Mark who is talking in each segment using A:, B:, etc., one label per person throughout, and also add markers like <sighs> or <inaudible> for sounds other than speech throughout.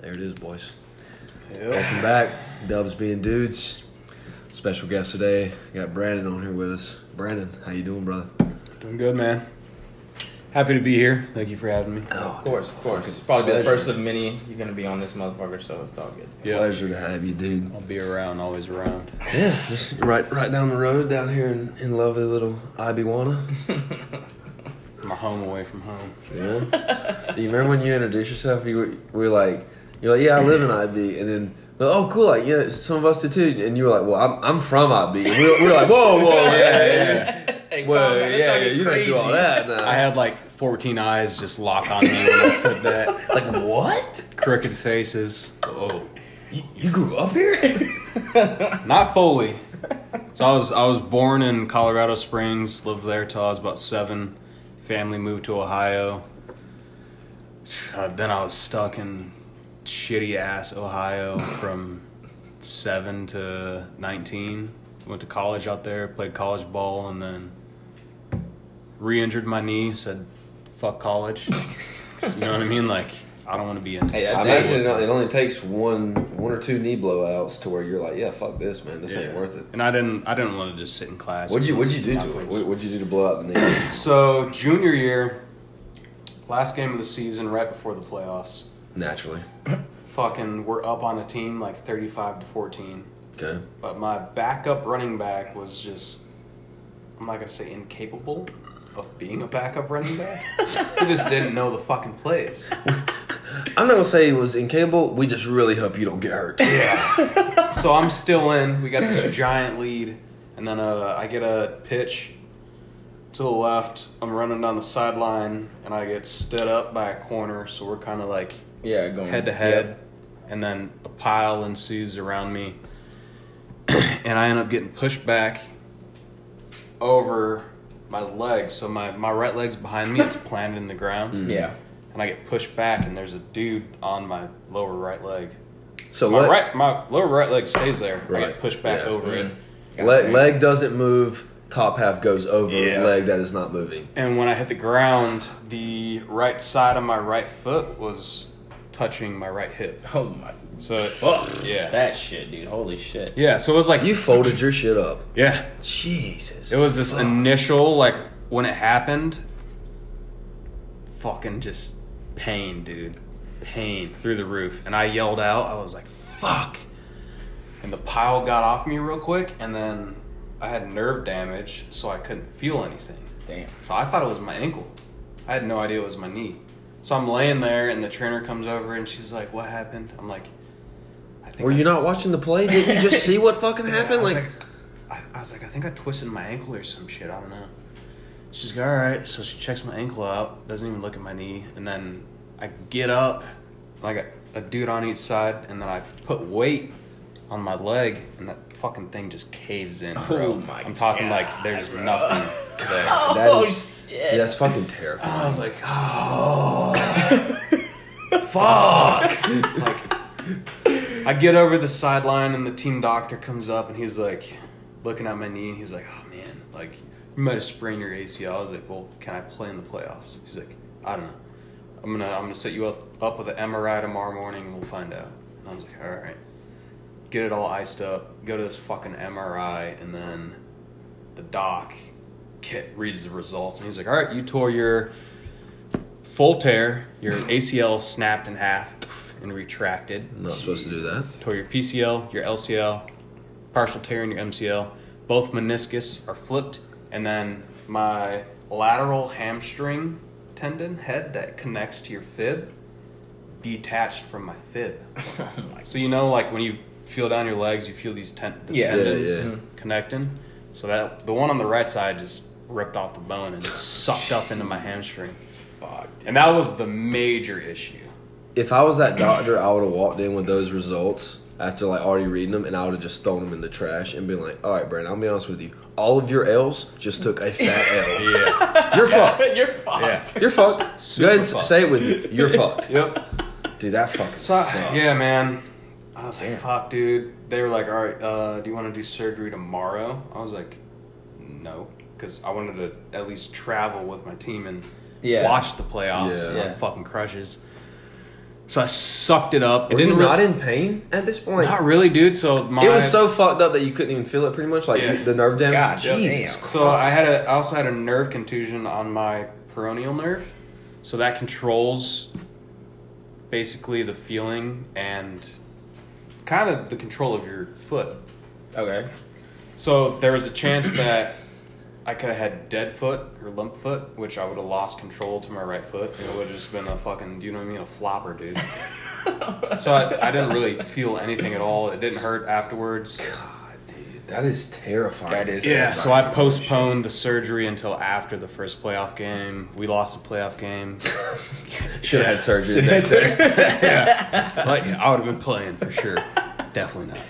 A: There it is, boys.
B: Yep.
A: Welcome back, Dubs being dudes. Special guest today. Got Brandon on here with us. Brandon, how you doing, brother?
B: Doing good, man. Happy to be here. Thank you for having me.
A: Oh,
C: Of course, of course. It's
A: Fucking
C: probably the
A: pleasure.
C: first of many you're gonna be on this motherfucker, so it's all good.
B: Yeah.
A: Pleasure to have you, dude.
B: I'll be around, always around.
A: Yeah, just right, right down the road, down here in, in lovely little Ibiwana.
B: My home away from home.
A: Yeah. Do you remember when you introduced yourself? You were, we were like, you're like, yeah, I live in IB, and then. we're like, Oh, cool! Like, yeah, some of us did too. And you were like, "Well, I'm I'm from IB." And we, were, we were like, "Whoa, whoa, yeah, yeah,
C: Hey,
A: yeah.
C: calm
A: Well,
C: down,
A: yeah,
C: Oh, that's
A: yeah,
C: fucking
A: you don't do all
C: crazy.
A: that." Now.
B: I had like 14 eyes just lock on me when I said that.
A: like what?
B: Crooked faces. Oh.
A: You, you grew up here?
B: Not fully. So I was I was born in Colorado Springs, lived there till I was about seven. Family moved to Ohio. Uh, then I was stuck in shitty ass Ohio from seven to nineteen. Went to college out there, played college ball, and then re-injured my knee. Said, "Fuck college." <laughs> you know what I mean? Like I don't want to be in.
C: Hey,
A: I
C: I
A: imagine uh
C: did.
A: it only- it only takes one one or two knee blowouts to where you're like, "Yeah, fuck this, man. This ain't
B: Yeah.
A: worth it."
B: And I didn't. I didn't want to just sit in class.
A: What'd you What'd you do
B: Not
A: to it?
B: points.
A: What, what'd you do to blow out the knee?
B: <coughs> So junior year, last game of the season, right before the playoffs,
A: Naturally.
B: fucking we're up on a team like thirty-five to fourteen.
A: Okay.
B: But my backup running back was just I'm not gonna say incapable of being a backup running back. he just didn't know the fucking plays.
A: I'm not gonna say it was incapable. We just really hope you don't get
B: <coughs>
A: hurt.
B: Yeah. so I'm still in. We got this giant lead, and then uh, I get a pitch to the left. I'm running down the sideline, and I get stood up by a corner. So we're kind of like
C: Yeah, going
B: head to head, and then a pile ensues around me, <clears throat> and I end up getting pushed back over my leg. So my my right leg's behind me.
A: <laughs>
B: It's planted in the ground.
A: Mm-hmm.
C: Yeah.
B: And I get pushed back, and there's a dude on my lower right leg.
A: So
B: My
A: let,
B: right, my lower right leg stays there. I
A: Right.
B: get pushed back
A: Yeah. Mm-hmm.
B: over it,
A: leg, leg doesn't move. Top half goes over
B: Yeah.
A: leg that is not moving.
B: and when I hit the ground, the right side of my right foot was touching my right hip.
C: Oh my
B: So
C: fuck.
B: Yeah.
C: That shit, dude. Holy shit.
B: yeah, so it was like
A: You folded your shit up.
B: yeah,
A: Jesus.
B: it was this initial like when it happened, fucking just pain, dude, pain through the roof, and I yelled out. I was like, "Fuck!" And the pile got off me real quick, and then I had nerve damage, so I couldn't feel anything.
C: Damn.
B: So I thought it was my ankle. I had no idea it was my knee. So I'm laying there, and the trainer comes over, and she's like, "What happened?" I'm like, "I think."
A: Were
B: I,
A: you not watching the play? Didn't you just see what fucking
B: Yeah,
A: happened?
B: <laughs> I was
A: like,
B: I, I was like, I think I twisted my ankle or some shit. I don't know. She's like, all right. So she checks my ankle out. Doesn't even look at my knee. And then I get up, like a, a dude on each side, and then I put weight on my leg, and that fucking thing just caves in, bro.
C: Oh my
B: I'm talking like
C: God,
B: there's
C: bro.
B: nothing
C: <laughs>
B: there.
A: that
C: Oh,
A: is- yeah, that's fucking terrifying.
B: I was like, oh, <laughs>
C: <laughs>
B: fuck. Like, I get over the sideline and the team doctor comes up and he's like, looking at my knee and he's like, oh man, like, you might have sprained your ACL. I was like, well, can I play in the playoffs? He's like, I don't know. I'm gonna I'm gonna set you up, up with an MRI tomorrow morning. and We'll find out. And I was like, all right. Get it all iced up. Go to this fucking MRI, and then the doc ki- reads the results, and he's like, all right, you tore your full tear. Your ACL snapped in half and retracted.
A: I'm not supposed to do that.
B: Tore your PCL, your LCL, partial tear in your MCL. Both meniscus are flipped, and then my lateral hamstring tendon head that connects to your fib detached from my
C: <laughs>
B: fib.
C: Oh
B: so you know, like when you feel down your legs, you feel these ten- the
C: Yeah. Yeah,
B: tendons
A: yeah.
C: Mm-hmm.
B: connecting. So that the one on the right side just ripped off the bone and it sucked up into my hamstring,
C: Fuck. dude.
B: and that was the major issue.
A: If I was that doctor, I would have walked in with those results after like already reading them, and I would have just thrown them in the trash and been like, "All right, Brandon, I'll be honest with you. All of your L's just took a fat
B: <laughs>
A: L.
B: Yeah,
A: You're fucked.
C: You're fucked.
B: yeah,
A: You're fucked.
B: Super
A: Go ahead and
B: fucked.
A: s say it with me. You're fucked.
B: yep.
A: Dude, that fucking
B: So I-
A: sucks.
B: yeah, man. I was like, fuck, dude. They were like, all right, uh, do you want to do surgery tomorrow? I was like, no, because I wanted to at least travel with my team and
C: Yeah.
B: watch the playoffs.
A: Yeah.
B: Yeah. fucking crushes. So I sucked it up. It
A: Were
B: didn't
A: you
B: re-
A: not in pain at this point?
B: not really, dude. So my
A: It was so fucked up that you couldn't even feel it. Pretty much like
B: Yeah.
A: the nerve damage.
C: God
A: Jesus.
C: damn.
B: So I had a, I also had a nerve contusion on my peroneal nerve, so that controls basically the feeling and kind of the control of your foot.
C: Okay.
B: So there was a chance that I could have had dead foot or limp foot, which I would have lost control to my right foot. It would have just been a fucking, you know what I mean, a flopper, <laughs> dude. so I, I didn't really feel anything at all. It didn't hurt afterwards.
A: God, dude, that is terrifying.
C: That is-
B: Yeah, so I postponed the surgery until after the first playoff game. We lost the playoff game.
A: Should have had surgery. the
B: <laughs>
A: next day.
B: But I would have been playing for sure. Definitely not.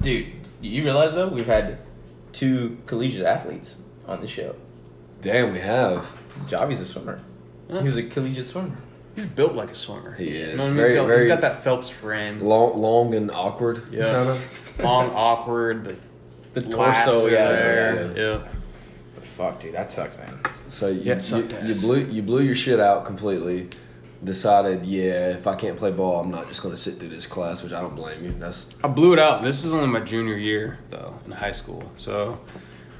C: Dude, you realize though we've had two collegiate athletes on the show.
A: Damn, we have.
C: Javi's a swimmer. He was a collegiate swimmer.
B: He's built like a swimmer.
A: He is.
B: You know what I mean?
A: Very-
B: he's, got,
A: very-
B: he's got that Phelps frame.
A: Long, long and awkward.
B: Yeah.
A: Kind of.
B: Long, awkward. The,
C: The
B: lats
C: torso,
B: are
C: yeah.
B: there.
A: yeah,
B: yeah.
C: But fuck, dude, that sucks, man. Oh
A: So you,
B: Yeah, it
A: you,
B: sucked
A: you
B: ass.
A: blew you blew your shit out completely. Decided, yeah, if I can't play ball, I'm not just going to sit through this class, which I don't blame you. That's
B: I blew it out. This is only my junior year though in high school, so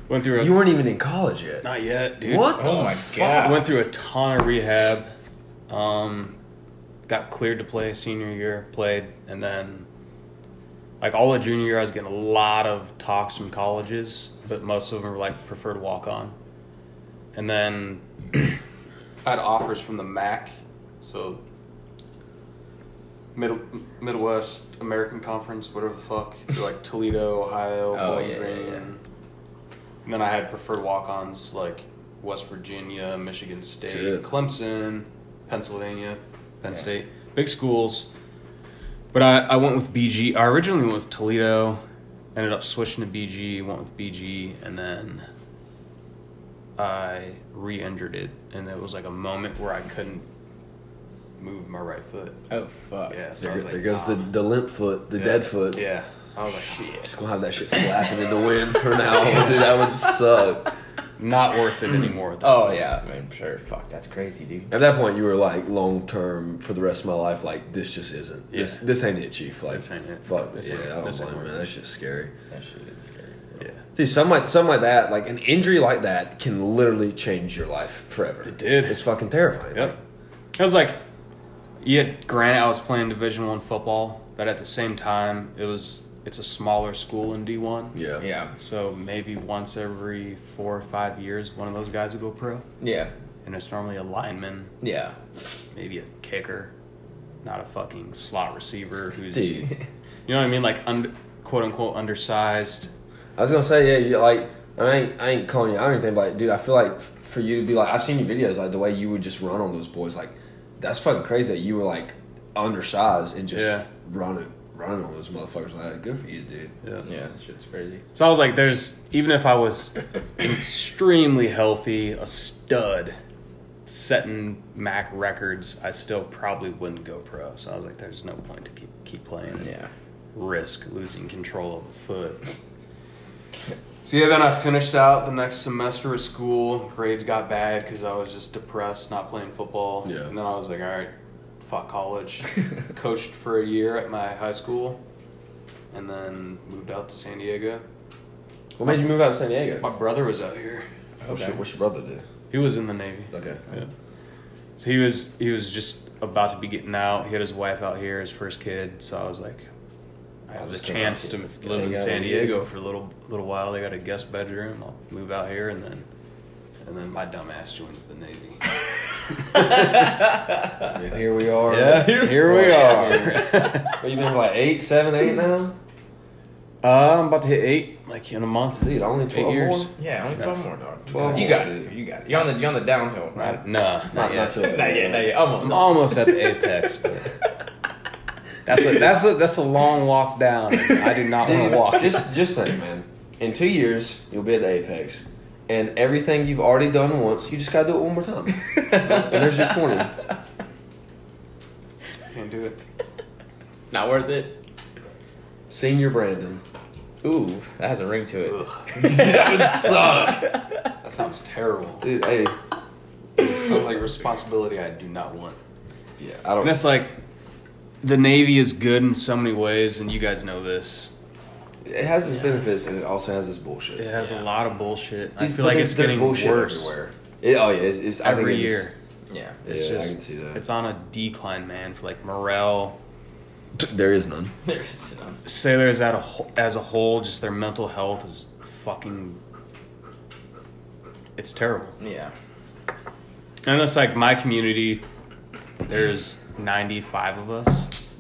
B: went through a
A: you weren't even in college yet.
B: not yet, dude.
A: What?
C: Oh, my
B: I
C: god.
B: went through a ton of rehab. Um, got cleared to play senior year, played, and then like all of junior year, I was getting a lot of talks from colleges, but most of them were like preferred walk on. And then <clears throat> I had offers from the MAC, so Middle Midwest American Conference, whatever the fuck, They're, like Toledo, Ohio,
C: Oh,
B: Bowling
C: yeah, yeah,
B: Green.
C: yeah.
B: And then I had preferred walk-ons like West Virginia, Michigan State,
A: Shit.
B: Clemson, Pennsylvania, Penn
C: Yeah.
B: State, big schools. But I, I went with BG. I originally went with Toledo, ended up switching to BG, went with BG, and then I re-injured it, and it was like a moment where I couldn't move my right foot.
C: Oh fuck.
B: Yeah, so
A: There,
B: I was
A: go-
B: like,
A: there goes the,
B: "Nah."
A: the limp foot, the
B: Yeah.
A: dead foot.
B: Yeah, I was like, shit,
A: Just gonna have that shit flapping in the wind for now. Dude, <laughs> that would suck.
B: not worth it anymore. at that
C: Oh
B: point.
C: yeah, I'm sure. Fuck, that's crazy, dude.
A: At that point, you were like, long term for the rest of my life. Like, this just isn't. This
B: Yeah.
A: this ain't it, chief. Like,
B: This ain't it.
A: Fuck
B: This
A: this. Yeah,
B: ain't-
A: I don't
B: this ain't
A: blame you, man.
B: working.
A: That's just scary.
C: That shit is scary.
B: yeah.
A: Dude, something like something like that, like an injury like that, can literally change your life forever. It
B: did.
A: It's fucking terrifying.
B: Yep. I was like, yeah. Granted, I was playing Division One football, but at the same time, it was it's a smaller school in D one.
A: Yeah.
C: Yeah.
B: So maybe once every four or five years, one of those guys will go pro,
C: Yeah.
B: and it's normally a lineman,
C: Yeah.
B: maybe a kicker, not a fucking slot receiver who's
A: Dude.
B: you know what I mean, like un- quote unquote undersized.
A: I was gonna say, yeah, you like I ain't I ain't calling you out or anything, but like, dude, I feel like for you to be like I've seen your videos, like the way you would just run on those boys, like that's fucking crazy that you were like undersized and just
B: Yeah.
A: running running on those motherfuckers like that. Good for you, dude.
C: Yeah, that shit's crazy.
B: So I was like, there's even if I was extremely healthy, a stud, setting Mac records, I still probably wouldn't go pro. So I was like, there's no point to keep keep playing. and
C: Yeah.
B: Risk losing control of a foot. So yeah, then I finished out the next semester of school. Grades got bad because I was just depressed, not playing football.
A: Yeah.
B: And then I was like, all right, fuck college. Coached for a year at my high school, and then moved out to San Diego.
A: What made you move out to San Diego?
B: My brother was out here.
A: What's, your, what's your brother do?
B: He was in the Navy.
A: Okay.
B: Yeah. So he was he was just about to be getting out. He had his wife out here, his first kid. So I was like, I
A: I'll
B: have the
A: just go
B: chance
A: out
B: to
A: here. Let's
B: live
A: hang
B: in
A: out
B: San
A: in Diego.
B: Diego for a little little while. They got a guest bedroom. I'll move out here and then and then my dumb ass joins the Navy.
A: And here we are.
B: Yeah, here-
A: here we are. what, you been like eight, seven, eight now?
B: <laughs> Uh, I'm about to hit eight like in a month.
A: Dude, only twelve
B: years.
A: more?
C: Yeah, only twelve more, dog.
A: 12 more,
C: You got
A: dude.
C: it. You got it. You're on the you're on the downhill, right?
B: Right? Nah, not,
A: Not,
B: yet.
C: <laughs>
A: not too late.
C: Not yet. Not yet. Almost.
B: I'm almost at the apex, <laughs> but that's a that's a that's a long walk down. I do not want
A: Dude,
B: to
A: <laughs>
B: walk.
A: Just, just think, man. In two years, you'll be at the apex, and everything you've already done once, you just gotta do it one more <laughs> time. and there's your twenty.
B: Can't do it.
C: Not worth it.
A: Senior Brandon.
C: Ooh, that has a ring to it.
B: that would suck. That sounds terrible.
A: Dude, hey,
B: Sounds like responsibility I do not want.
A: yeah, I don't.
B: And that's like, the Navy is good in so many ways, and you guys know this.
A: It has its benefits and it also has its bullshit.
B: It has a lot of bullshit. I
A: Dude,
B: feel
A: but
B: like
A: there's-
B: it's
A: there's
B: getting
A: bullshit
B: worse
A: everywhere. It, oh yeah, it's, it's I think
B: every
A: it just-
B: year.
C: Yeah. <laughs>
B: It's
A: yeah, I
B: just
A: can see that.
B: it's on a decline, man. For like morale,
A: <clears throat> there is none.
C: There's um,
B: sailors at a, wh- as a whole, just their mental health is fucking. It's terrible.
C: yeah.
B: And it's like my community. There's 95 of us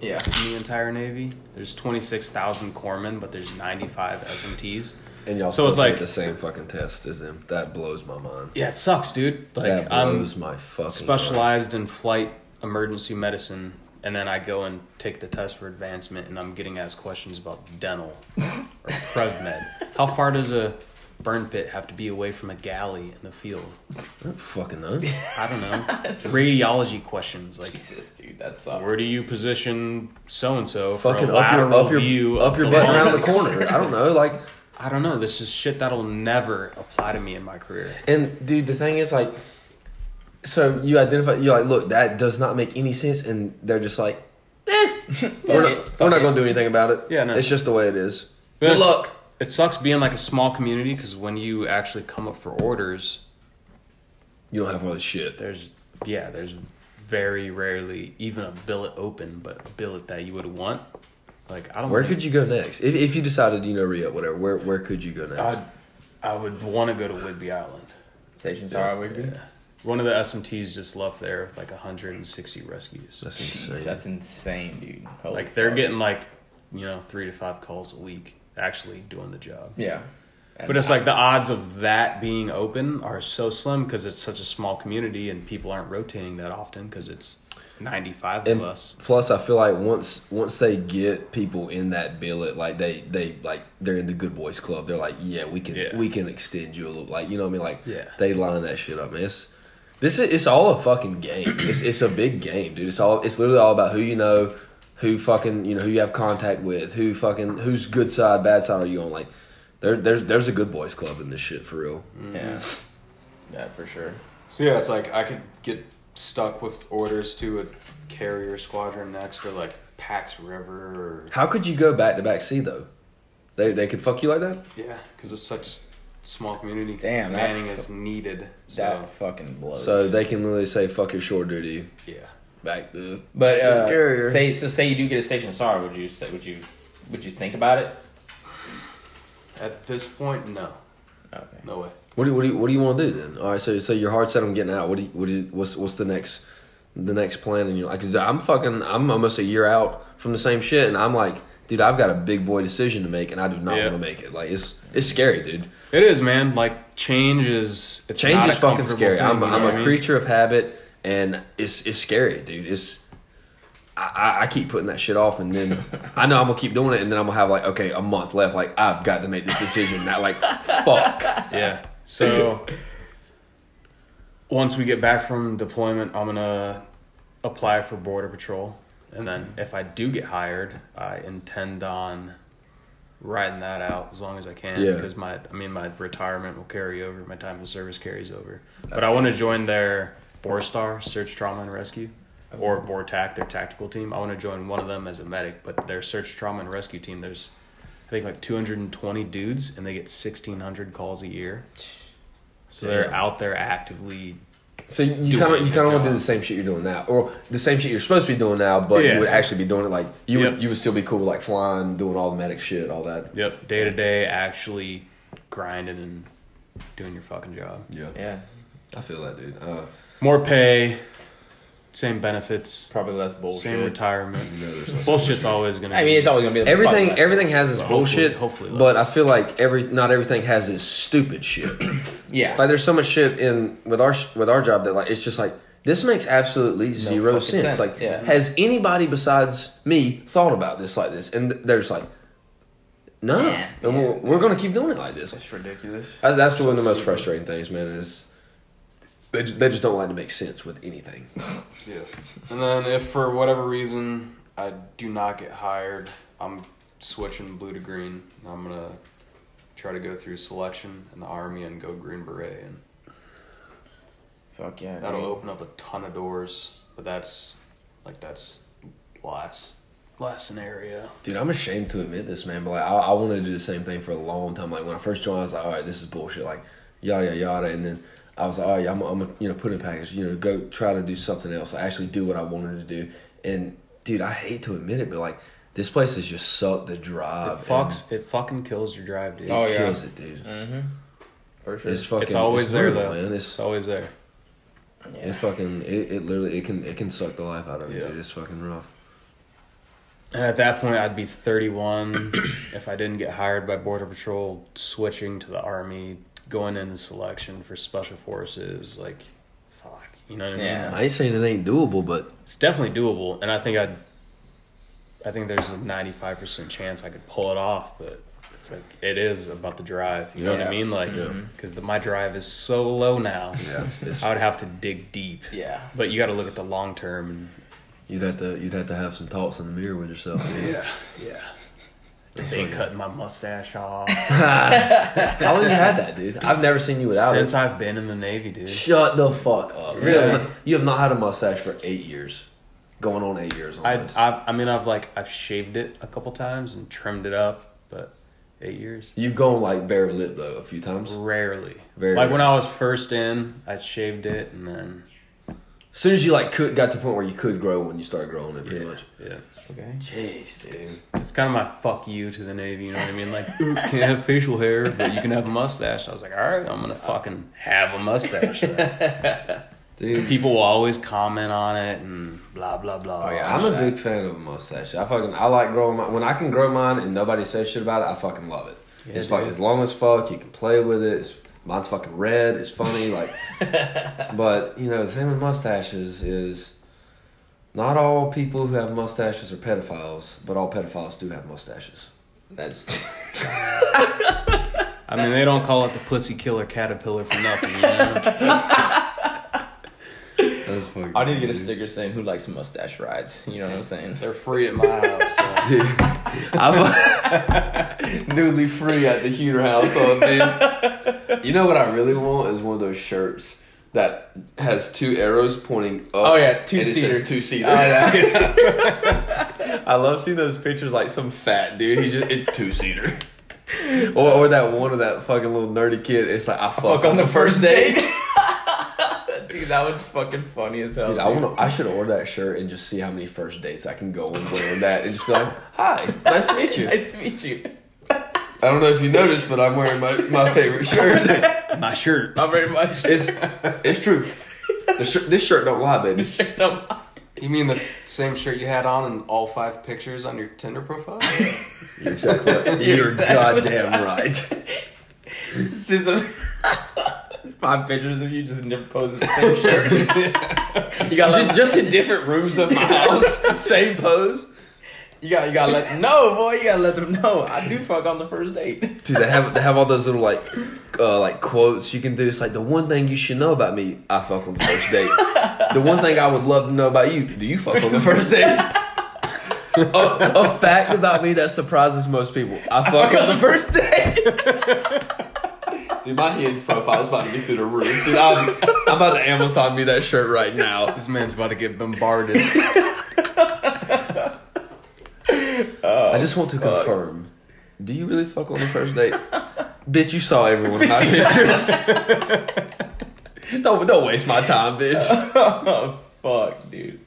C: Yeah.
B: in the entire Navy. There's 26,000 corpsmen, but there's 95 SMTs.
A: And y'all still
B: So it's
A: take
B: like-
A: the same fucking test as them. That blows my mind.
B: Yeah, it sucks, dude. Like
A: that
B: I'm
A: blows my fucking mind.
B: specialized in flight emergency medicine and then I go and take the test for advancement and I'm getting asked questions about dental or
A: <laughs>
B: PrevMed. How far does a burn pit have to be away from a galley in the field?
A: I don't fucking know.
B: <laughs> I don't
A: <laughs>
B: know. Radiology questions like
C: Jesus, dude, that sucks.
B: where do you position so and so for
A: fucking
B: a
A: up your
B: lateral
A: up
B: view
A: your
B: of
A: up your
B: the
A: butt around the
B: lungs?
A: corner. I don't know. Like
B: I don't know. This is shit that'll never apply to me in my career.
A: And dude, the thing is like, so you identify, you're like, look, that does not make any sense, and they're just like, eh, <laughs> we're
C: it,
A: not,
C: fuck
A: we're not
C: it.
A: going to do anything about it.
B: Yeah, no.
A: it's just the way it is.
B: But
A: Good
B: it's-
A: luck.
B: It sucks being like a small community because when you actually come up for orders,
A: You don't have all this shit.
B: there's yeah, there's very rarely even a billet open, but a billet that you would want. Like I don't.
A: Where
B: think-
A: could you go next if, if you decided you know re up whatever? Where where could you go next?
C: Uh,
B: I'd, I would want to go to Whidbey Island.
C: Stations are we good?
B: One of the SMTs just left there with like 160 rescues.
A: That's
C: Jeez,
A: insane.
C: that's insane, dude. Holy
B: like they're
C: fuck.
B: getting like you know three to five calls a week actually doing the job.
C: yeah. And
B: But it's like the odds of that being open are so slim because it's such a small community and people aren't rotating that often because it's 95
A: And
B: of us.
A: plus, I feel like once once they get people in that billet, like they they like they're in the good boys club. They're like, yeah, we can
B: Yeah.
A: we can extend you a little, like you know what I mean? Like
B: Yeah.
A: they line that shit up. Man. It's this is it's all a fucking game. It's it's a big game, dude. It's all it's literally all about who you know, who fucking you know who you have contact with, who fucking whose good side, bad side are you on? Like there there's there's a good boys club in this shit for real.
C: yeah, yeah, for sure.
B: So yeah, it's like I could get stuck with orders to a carrier squadron next or like Pax River or
A: How could you go back to back sea though? They they could fuck you like that.
B: yeah, because it's such small community.
C: Damn, that-
B: manning is needed. So
C: That fucking blows.
A: So they can literally say fuck your shore duty.
B: yeah,
A: back the
C: but
A: the
C: uh,
A: carrier.
C: say so. Say you do get a station star, would you say? Would you? Would you think about it?
B: at this point, no,
C: Okay.
B: no way.
A: what do you, what do you, what do you want to do then? All right, so so your heart set on getting out. What do you, what do you, what's what's the next the next plan? And you're like, "Dude, I'm fucking I'm almost a year out from the same shit, and I'm like, dude, I've got a big boy decision to make, and I do not
B: Yeah.
A: want to make it. Like it's it's scary, dude.
B: It is, man. Like change is it's
A: Change
B: not
A: is
B: a
A: fucking
B: comfortable
A: scary.
B: thing,
A: I'm
B: you know
A: I'm
B: what
A: a
B: I mean?
A: creature of habit, and it's it's scary, dude. It's I, I- I keep putting that shit off, and
B: <laughs>
A: then I know I'm gonna keep doing it, and then I'm gonna have like okay a month left. Like I've got to make this decision. That like fuck.
B: <laughs> Yeah. So once we get back from deployment, I'm gonna apply for border patrol, and then if I do get hired, I intend on riding that out as long as I can
A: Yeah.
B: because my I mean my retirement will carry over, my time of service carries over. but I want to join their BORSTAR search trauma and rescue. Or BORTAC, their tactical team. I want to join one of them as a medic, but their search trauma and rescue team, there's I think like 220 dudes, and they get 1,600 calls a year. So they're
A: Damn.
B: out there actively.
A: So you- you
B: doing
A: kind of you
B: your
A: kind of want to do
B: job.
A: the same shit you're doing now, or the same shit you're supposed to be doing now, but
B: Yeah.
A: you would actually be doing it like you
B: Yep.
A: would you would still be cool with like flying, doing all the medic shit, all that.
B: Yep. Day to day, actually grinding and doing your fucking job.
A: Yeah,
C: Yeah,
A: I feel that, dude. Uh,
B: More pay, same benefits,
C: probably less
B: same
C: bullshit.
B: retirement.
A: you know, there's like-
B: Bullshit's always gonna.
C: I mean, it's always gonna be
A: <laughs>
C: the
A: everything
C: fucking less
A: everything has its
B: Well, hopefully-
A: bullshit,
B: hopefully
A: but I
B: less.
A: feel like every not everything has its stupid shit.
C: bullshit. Yeah,
A: like there's so much shit in with our sh- with our job that like it's just like this makes absolutely zero
C: fucking
A: sense.
C: sense,
A: Like,
C: yeah.
A: has anybody besides me thought about this like this? And they're just like, no,
C: Yeah,
A: and
C: yeah.
A: we're, we're gonna keep doing it like this.
C: it's ridiculous.
A: That- That's one of the most frustrating things, man. Is they just, they just don't like to make sense with anything.
B: Yeah. And then if for whatever reason I do not get hired, I'm switching blue to green. And I'm gonna try to go through selection in the army and go green beret, and
C: Fuck yeah.
B: that'll
C: dude.
B: open up a ton of doors. But that's like that's last last scenario.
A: Dude, I'm ashamed to admit this, man, but like I, I wanted to do the same thing for a long time. Like when I first joined, I was like, all right, this is bullshit. Like yada yada yada, and then I was like, all right, I'm, I'm gonna, you know put in a package, you know, go try to do something else. I actually do what I wanted to do, and dude, I hate to admit it, but like this place has just sucked the drive.
B: Fucks it fucking kills your drive, dude.
A: and
C: Oh,
A: it
C: yeah.
A: kills it, dude.
C: Mm-hmm. For sure.
A: It's fucking.
B: it's always there
A: brutal,
B: though.
A: man.
B: It's
A: It's
B: always there.
A: it's fucking. It, it literally it can it can suck the life out of you.
B: Yeah.
A: Dude. It's fucking rough.
B: And at that point, I'd be 31 <clears throat> if I didn't get hired by Border Patrol, switching to the Army, going into selection for Special Forces. Like, fuck. You know what I mean?
C: Yeah.
A: I ain't saying it ain't doable, but
B: It's definitely doable. And I think I'd. I think there's a 95% chance I could pull it off, but it's like, it is about the drive. You know what I
C: Yeah.
B: mean? Like,
A: Yeah.
B: because my drive is so low now,
A: yeah, it's,
B: I would have to dig deep.
C: Yeah.
B: But you got to look at the long term. And,
A: you'd have to you'd have to have some thoughts in the mirror with yourself.
B: <laughs>
A: Dude.
B: Yeah. They ain't cutting my mustache
A: <laughs>
B: off.
A: How long you had that, dude? I've never seen you without
B: Since
A: it.
B: I've been in the Navy, dude.
A: Shut the fuck up. You
B: Really?
A: have, not, you have not had a mustache for eight years, going on eight years.
B: I,
A: Almost.
B: I, I mean, I've like I've shaved it a couple times and trimmed it up, but eight years.
A: You've gone like bare lip though a few times.
B: Rarely.
A: Very
B: like when
A: rare.
B: I was first in, I shaved it and then
A: As soon as you like could, got to the point where you could grow when you started growing it, pretty
B: yeah,
A: much.
B: yeah.
C: Okay.
A: Jeez, dude.
B: It's kind of my fuck you to the Navy. You know what I mean? Like, "Ooh, can't have facial hair, but you can have a mustache. I was like, all right, I'm gonna fucking have a mustache. then."
A: Dude,
B: People will always comment on it and blah blah blah.
A: Oh, yeah, I'm a big fan of a mustache. I fucking I like growing my when I can grow mine and nobody says shit about it. I fucking love it. it's fucking
B: dude.
A: it's long as fuck. You can play with it. It's, mine's fucking red. It's
C: <laughs>
A: funny. Like, but you know the thing with mustaches is not all people who have mustaches are pedophiles, but all pedophiles do have mustaches.
C: That's
A: <laughs>
B: I mean, they don't call it the pussy killer caterpillar for nothing. You know?
A: That's fucking.
C: I need to get a sticker saying who likes mustache rides. You know what I'm saying?
B: They're free at
A: <laughs>
B: my house. so-
A: newly free at the Huter house on man. You know what I really want is one of those shirts that has two arrows pointing up.
C: Oh, yeah, two
A: and it
C: seater.
A: says two seater.
C: I, love seeing those pictures like some fat dude. He's just it, two <laughs> seater.
A: <laughs> Or, or that one of that fucking little nerdy kid. It's like I fuck, on the
C: <laughs>
A: first date.
C: Dude, that was fucking funny as hell.
A: Dude, <laughs> I want. to. I should order that shirt and just see how many first dates I can go on wearing that, and just be like, "Hi, nice to
C: <laughs>
A: meet you."
C: Nice to meet you.
A: I don't know if you noticed, but I'm wearing my, my favorite shirt.
B: My shirt.
C: Not very much.
A: It's it's true. The shir- this shirt don't lie, baby.
C: <laughs> Checked up.
B: You mean the same shirt you had on in all five pictures on your Tinder profile?
A: You're exactly. Right. You're,
C: exactly
A: goddamn right.
C: It's <laughs> just a, <laughs> five pictures of you just in different poses, same
A: <laughs>
C: shirt. you got
A: Just-
C: just, just in different rooms of
A: <laughs>
C: my house.
A: Same pose.
C: You got you got to let no boy. You got to let them know. I do fuck on the first date. <laughs>
A: Dude, they have they have all those little like uh, like quotes you can do. It's like the one thing you should know about me, I fuck on the first date. the one thing I would love to know about you, do you fuck on the first date? a, a fact about me that surprises most people, I fuck on the first date. Dude, my hinge profile's about to be through the roof. Dude, I'm, I'm about to Amazon me that shirt right now.
B: <laughs> This man's about to get bombarded.
A: I just want to confirm. Do you really fuck on the first <laughs> date? bitch, you saw every one of my pictures. don't, don't waste my time, bitch.
C: oh fuck, dude.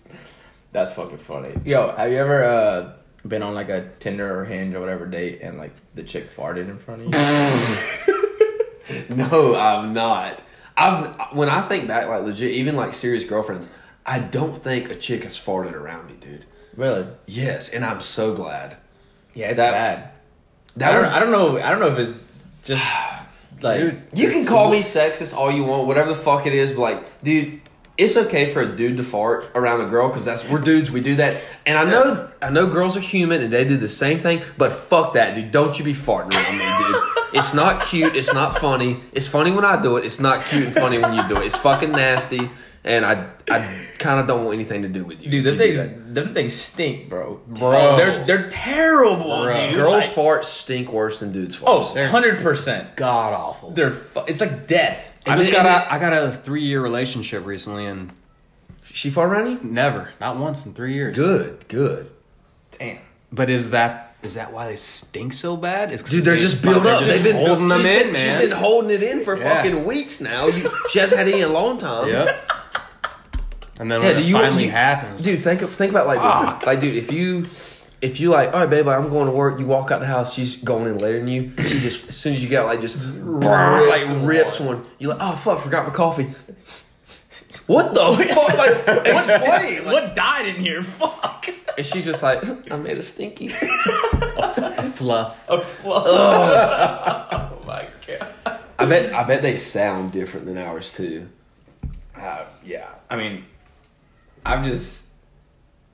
C: That's fucking funny. Yo, have you ever uh, been on like a Tinder or Hinge or whatever date and like the chick farted in front of <laughs> you?
A: <laughs> No, I'm not. I'm when I think back, like legit, even like serious girlfriends, I don't think a chick has farted around me, dude.
C: really?
A: Yes, and I'm so glad.
C: Yeah, it's
A: That-
C: bad. I
A: That
C: don't,
A: was,
C: I don't know. I don't know if it's <sighs> just like
A: dude, you can call me sexist all you want, whatever the fuck it is, but like, dude, it's okay for a dude to fart around a girl because that's we're dudes, we do that. And I know, I know, girls are human and they do the same thing, but fuck that, dude. Don't you be farting around me, dude. It's not cute. It's not funny. It's funny when I do it. It's not cute and funny when you do it. It's fucking nasty, and I, I kind of don't want anything to do with you.
C: Dude, them
A: if you do
C: things,
A: that.
C: them things stink, bro. Oh,
B: Bro.
C: they're they're terrible,
B: Bro.
C: dude.
A: Girls'
C: like,
A: farts stink worse than dudes' farts.
C: oh, 100 percent.
B: God awful.
C: They're fu- it's like death.
B: I
C: And
B: just
C: then-
B: got out. I got out of a three year relationship recently, and
A: she fart around you?
B: never, not once in three years.
A: Good, good.
C: Damn.
B: But is that is that why they stink so bad? Is
A: Dude, they're just built up.
B: They've been holding them
A: she's
B: in,
A: been-
B: man.
A: She's been holding it in for
B: Yeah.
A: fucking weeks now. You, she hasn't had any in a long time.
B: Yep. And then when it finally happens,
A: dude. Think think about like this.
B: Fuck.
A: like, dude, if you if you like, all right, babe, I'm going to work. You walk out the house, she's going in later than you. She just as soon as you get out, like just like rips one. You're like, oh fuck, forgot my coffee. What the <laughs> fuck? Like, <laughs> what, what?
C: What died in here? <laughs> Fuck.
A: And she's just like, <laughs> I made a stinky.
B: fluff.
C: A fluff. oh <laughs> my god.
A: I bet I bet they sound different than ours too.
C: Uh, yeah, I mean, I've just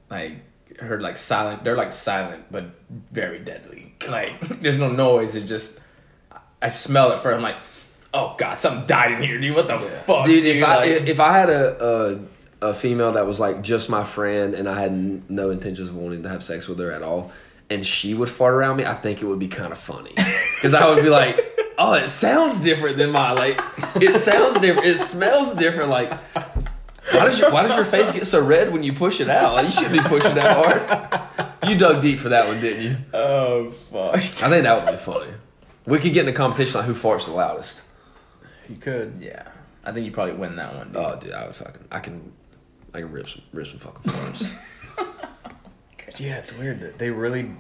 C: like heard like silent. They're like silent, but very deadly. Like <laughs> there's no noise. It just I smell it first. I'm like, oh god, something died in here, dude. What the fuck,
A: dude, if I
C: Like,
A: if I had a, a a female that was like just my friend and I had n- no intentions of wanting to have sex with her at all, and she would fart around me, I think it would be kind of funny because I would be like, oh, it sounds different than mine. Like it sounds different. It smells different. Like. Why does, your, why does your face get so red when you push it out? Like, you shouldn't be pushing that hard. You dug deep for that one, didn't you?
C: oh fuck.
A: I think that would be funny. We could get in a competition like who farts the loudest.
B: You could.
C: <laughs> Yeah, I think you probably win that one, dude.
A: Oh, dude, I would fucking, I can, I can rip some, rip some fucking
B: <laughs>
A: farms.
B: Yeah, it's weird that they really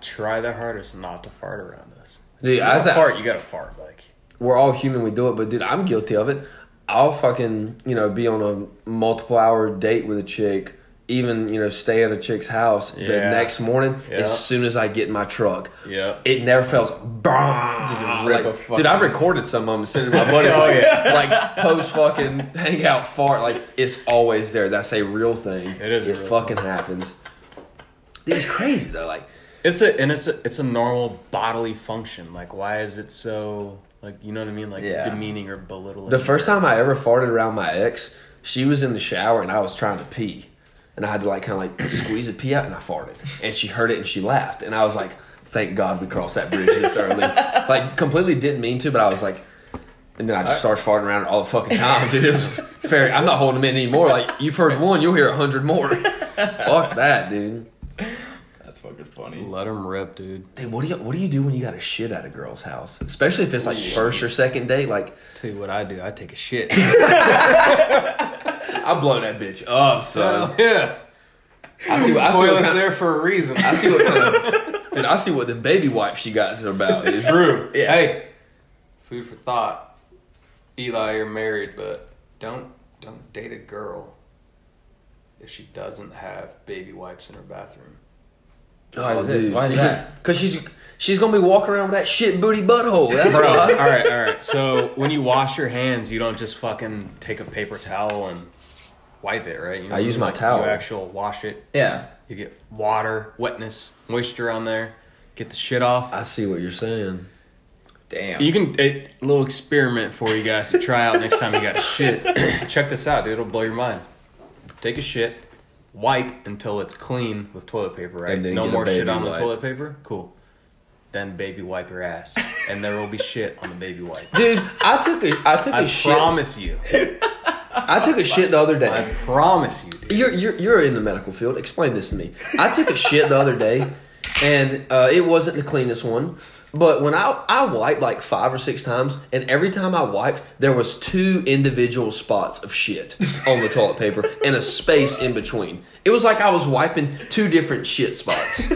B: try their hardest not to fart around us.
A: dude, I
B: I
A: think
B: fart, you gotta fart. Like
A: we're all human, we do it, but dude, I'm guilty of it. I'll fucking, you know, be on a multiple hour date with a chick, even, you know, stay at a chick's house the
B: Yeah.
A: next morning
B: Yeah.
A: as soon as I get in my truck.
B: Yeah.
A: It never fails. Bang!
C: rip
A: Like,
C: a fucking-
A: dude, I've recorded some of them sending
B: <laughs>
A: my buddies
B: Oh,
A: like,
B: yeah.
A: like post fucking hangout fart. Like it's always there. That's a real thing.
B: It is a
A: It
B: real
A: fucking happens. Dude, it's crazy though. Like
B: it's a and it's a it's a normal bodily function. Like why is it so like you know what I mean? Like
C: Yeah.
B: demeaning or belittling.
A: The first time I ever farted around my ex, she was in the shower and I was trying to pee. And I had to like kind of like squeeze a pee out and I farted. And she heard it and she laughed. And I was like, thank God we crossed that bridge this <laughs> early. like, completely didn't mean to, but I was like, and then I just started farting around all the fucking time, dude. It was fair. I'm not holding them in anymore. Like, you've heard one, you'll hear a hundred <laughs> more. Fuck that, dude.
C: That's fucking funny.
B: let them rip, dude.
A: Dude, what do you what do you do when you got to shit at a girl's house? Especially if it's like first or second date. Like,
B: Tell you what I do, I take a <laughs> shit.
A: I blow that bitch up, son.
B: yeah.
A: I see, I see what kind
B: Toilet's
A: of-
B: there for a reason.
A: I see what kind of, dude, I see what the baby wipe she got is about. It's
B: True.
C: Yeah.
B: Hey, food for thought. Eli, you're married, but don't don't date a girl if she doesn't have baby wipes in her bathroom.
A: Why
C: is this? Why is that?
A: Because Oh, she's she's gonna be walking around with that shit booty butthole. That's
B: <laughs>
A: why.
B: right, all right. So when you wash your hands, you don't just fucking take a paper towel and wipe it, right? You know,
A: I use my
B: like,
A: towel.
B: You actual wash it.
C: Yeah.
B: You get water, wetness, moisture on there. Get the shit off.
A: I see what you're saying.
C: Damn.
B: You can a little experiment for you guys to try out next time you got
A: <coughs>
B: a shit. Check this out, dude. It'll blow your mind. Take a shit, wipe until it's clean with toilet paper, right?
A: And then
B: no
A: get a
B: more shit
A: baby
B: on the
A: wipe.
B: toilet paper. Cool. Then baby wipe your ass, and there
A: <laughs>
B: will be shit on the baby wipe.
A: Dude, I took a I took a
B: I
A: shit
B: promise you.
A: I took a shit the other <laughs>
B: I
A: day.
B: promise you, dude.
A: You're, you're you're in the medical field. Explain this to me. I took a shit the other day, and uh, it wasn't the cleanest one. But when I I wiped like five or six times, and every time I wiped, there was two individual spots of shit on the toilet paper and a space in between. It was like I was wiping two different shit spots.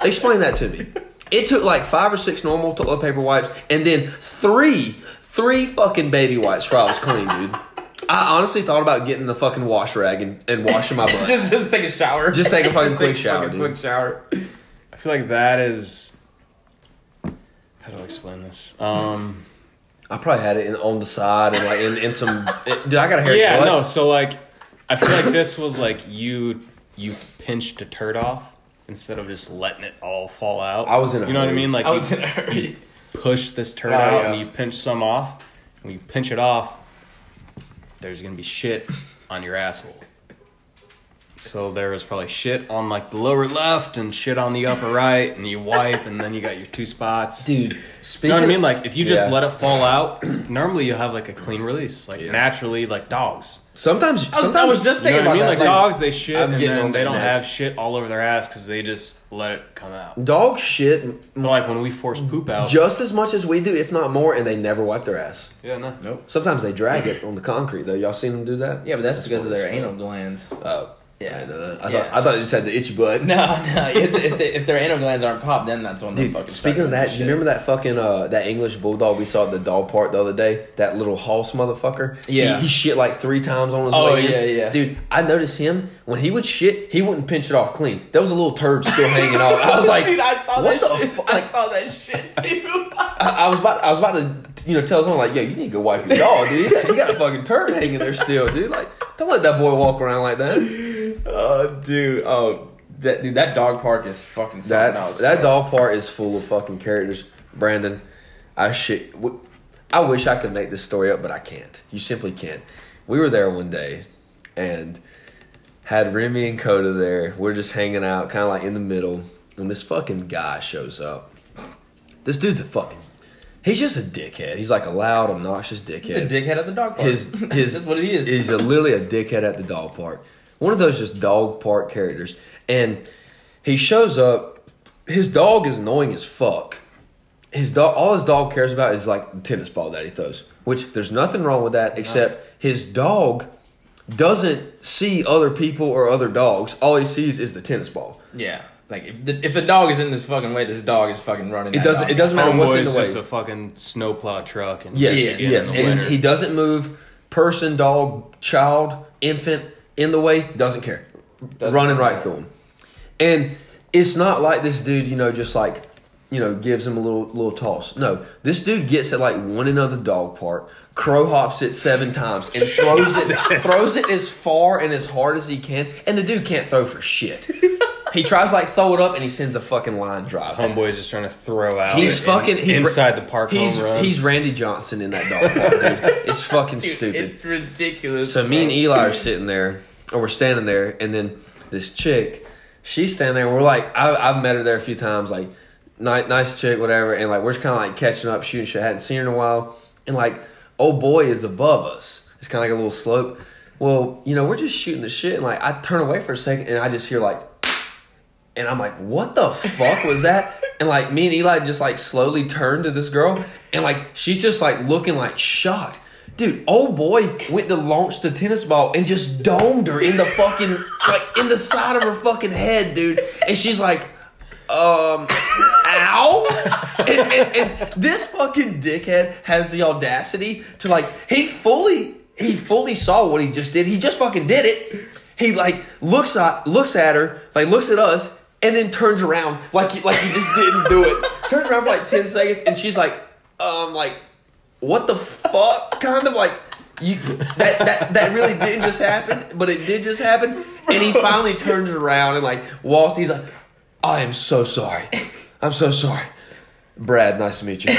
A: Explain that to me. It took like five or six normal toilet paper wipes, and then three, three fucking baby wipes for I was clean, dude. I honestly thought about getting the fucking wash rag and, and washing my butt.
C: <laughs> just just take a shower.
A: Just take a
C: <laughs>
A: fucking quick shower, dude.
C: Quick shower.
B: I feel like that is. How do I explain this? Um.
A: I probably had it in, on the side and like in, in some. It, dude, I got a hair.
B: yeah,
A: what?
B: no. So like, I feel like this was like you you pinched a turd off instead of just letting it all fall out.
A: I was in a
B: you know what I
A: hurry.
B: mean? Like
C: I was
B: you
C: in a hurry.
B: push this turd
C: Oh,
B: out
C: yeah.
B: and you pinch some off. When you pinch it off, there's gonna be shit on your asshole. So there was probably shit on like the lower left and shit on the upper right, and you wipe, and then you got your two spots.
A: dude. Speaking,
B: You know what I mean? Like if you just
A: Yeah.
B: let it fall out, normally you'll have like a clean release. Like
A: Yeah.
B: naturally, like dogs.
A: Sometimes,
C: I was,
A: sometimes
C: I was just
B: You know
C: thinking
B: what I mean?
C: about
B: Like
C: that.
B: dogs, they shit and
C: I'm getting
B: then
C: on
B: they
C: that
B: don't
C: next.
B: have shit all over their ass because they just let it come out.
A: dog shit
B: But like when we force poop out,
A: just as much as we do, if not more, and they never wipe their ass.
B: yeah, no.
C: Nope.
A: Sometimes they drag it on the concrete though. Y'all seen them do that?
C: Yeah, but that's, because of
A: what
C: their
A: it's
C: anal
A: called.
C: glands.
A: Oh, yeah.
C: Yeah.
A: I, know that. I
C: Yeah.
A: thought I thought you just had the itchy butt.
C: <laughs> No, no. It's, if, they, if their anal glands aren't popped, then that's when they fucking.
A: Dude, speaking of that, you remember that fucking uh, that English bulldog we saw at the dog park the other day? That little hoss motherfucker.
C: Yeah.
A: he, he shit like three times on his
C: Oh,
A: way. in.
C: yeah, yeah.
A: Dude, I noticed him when he would shit, he wouldn't pinch it off clean. There was a little turd still hanging off. I
C: <laughs>
A: was like,
C: dude, I saw
A: what
C: that
A: the
C: shit.
A: fuck?
C: I
A: Like,
C: saw that shit too.
A: I, I was about, I was about to, you know, tell someone like, yo, you need to go wipe your dog, dude. He got, he got a fucking turd hanging there still, dude. Like, don't let that boy walk around like that.
C: <laughs> Oh, dude. Oh, that dude. That dog park is fucking. something
A: That
C: else,
A: that
C: bro.
A: dog part is full of fucking characters. Brandon, I shit. w- I wish I could make this story up, but I can't. You simply can't. We were there one day, and had Remy and Coda there. We're just hanging out, kind of like in the middle, and this fucking guy shows up. This duog's a fucking. He's just a dickhead. He's like a loud, obnoxious dickhead.
C: He's a dickhead at the dog park.
A: His his
C: <laughs> That's what he is.
A: He's a, literally a dickhead at the dog park. One of those just dog park characters, and he shows up. His dog is annoying as fuck. His dog, all his dog cares about is like the tennis ball that he throws. Which there's nothing wrong with that, except his dog doesn't see other people or other dogs. All he sees is the tennis ball.
C: yeah. Like if the, if the dog is in this fucking way, this dog is fucking running.
A: It
C: that
A: doesn't. It
C: dog.
A: doesn't matter what's
B: Homeboy
A: in
B: is
A: the way.
B: just a fucking snowplow truck. And
A: Yes,
C: Yeah,
A: yes,
C: yeah,
A: yes.
C: in the
A: And
B: winter.
A: he doesn't move. Person, dog, child, infant in the way doesn't care.
C: Doesn't
A: Running
C: care.
A: right through him. And it's not like this dude, you know, just like you know, gives him a little little toss. No, this dude gets at like one another dog park, crow hops it seven times and throws
C: <laughs>
A: it throws it as far and as hard as he can. And the dude can't throw for shit. He tries like throw it up and he sends a fucking line drive.
B: homeboy is just trying to throw out.
A: He's
B: in-
A: fucking he's,
B: Oh, inside the park.
A: He's
B: home run.
A: he's Randy Johnson in that dog park,
B: <laughs>
A: dude. It's fucking
C: Dude,
A: stupid.
C: It's ridiculous.
A: so me
C: bro.
A: and E- Eli are sitting there, or we're standing there, and then this chick, she's standing there. And we're like, I, I've met her there a few times, like nice, nice chick, whatever. And like we're just kind of like catching up, shooting shit. Hadn't seen her in a while, and like old boy is above us. It's kind of like a little slope. Well, you know, we're just shooting the shit, and like I turn away for a second, and I just hear like and I'm like, what the fuck was that? And like me and Eli just like slowly turned to this girl and like she's just like looking like shocked. Dude, old boy went to launch the tennis ball and just domed her in the fucking like in the side of her fucking head, dude. And she's like, um ow and, and, and this fucking dickhead has the audacity to like he fully he fully saw what he just did he just fucking did it he like looks at looks at her like looks at us and then turns around like he, like he just didn't do it turns around for like 10 seconds and she's like um like what the fuck kind of like you that, that that really didn't just happen but it did just happen and he finally turns around and like walks he's like I am so sorry. I'm so sorry. Brad, nice to meet you.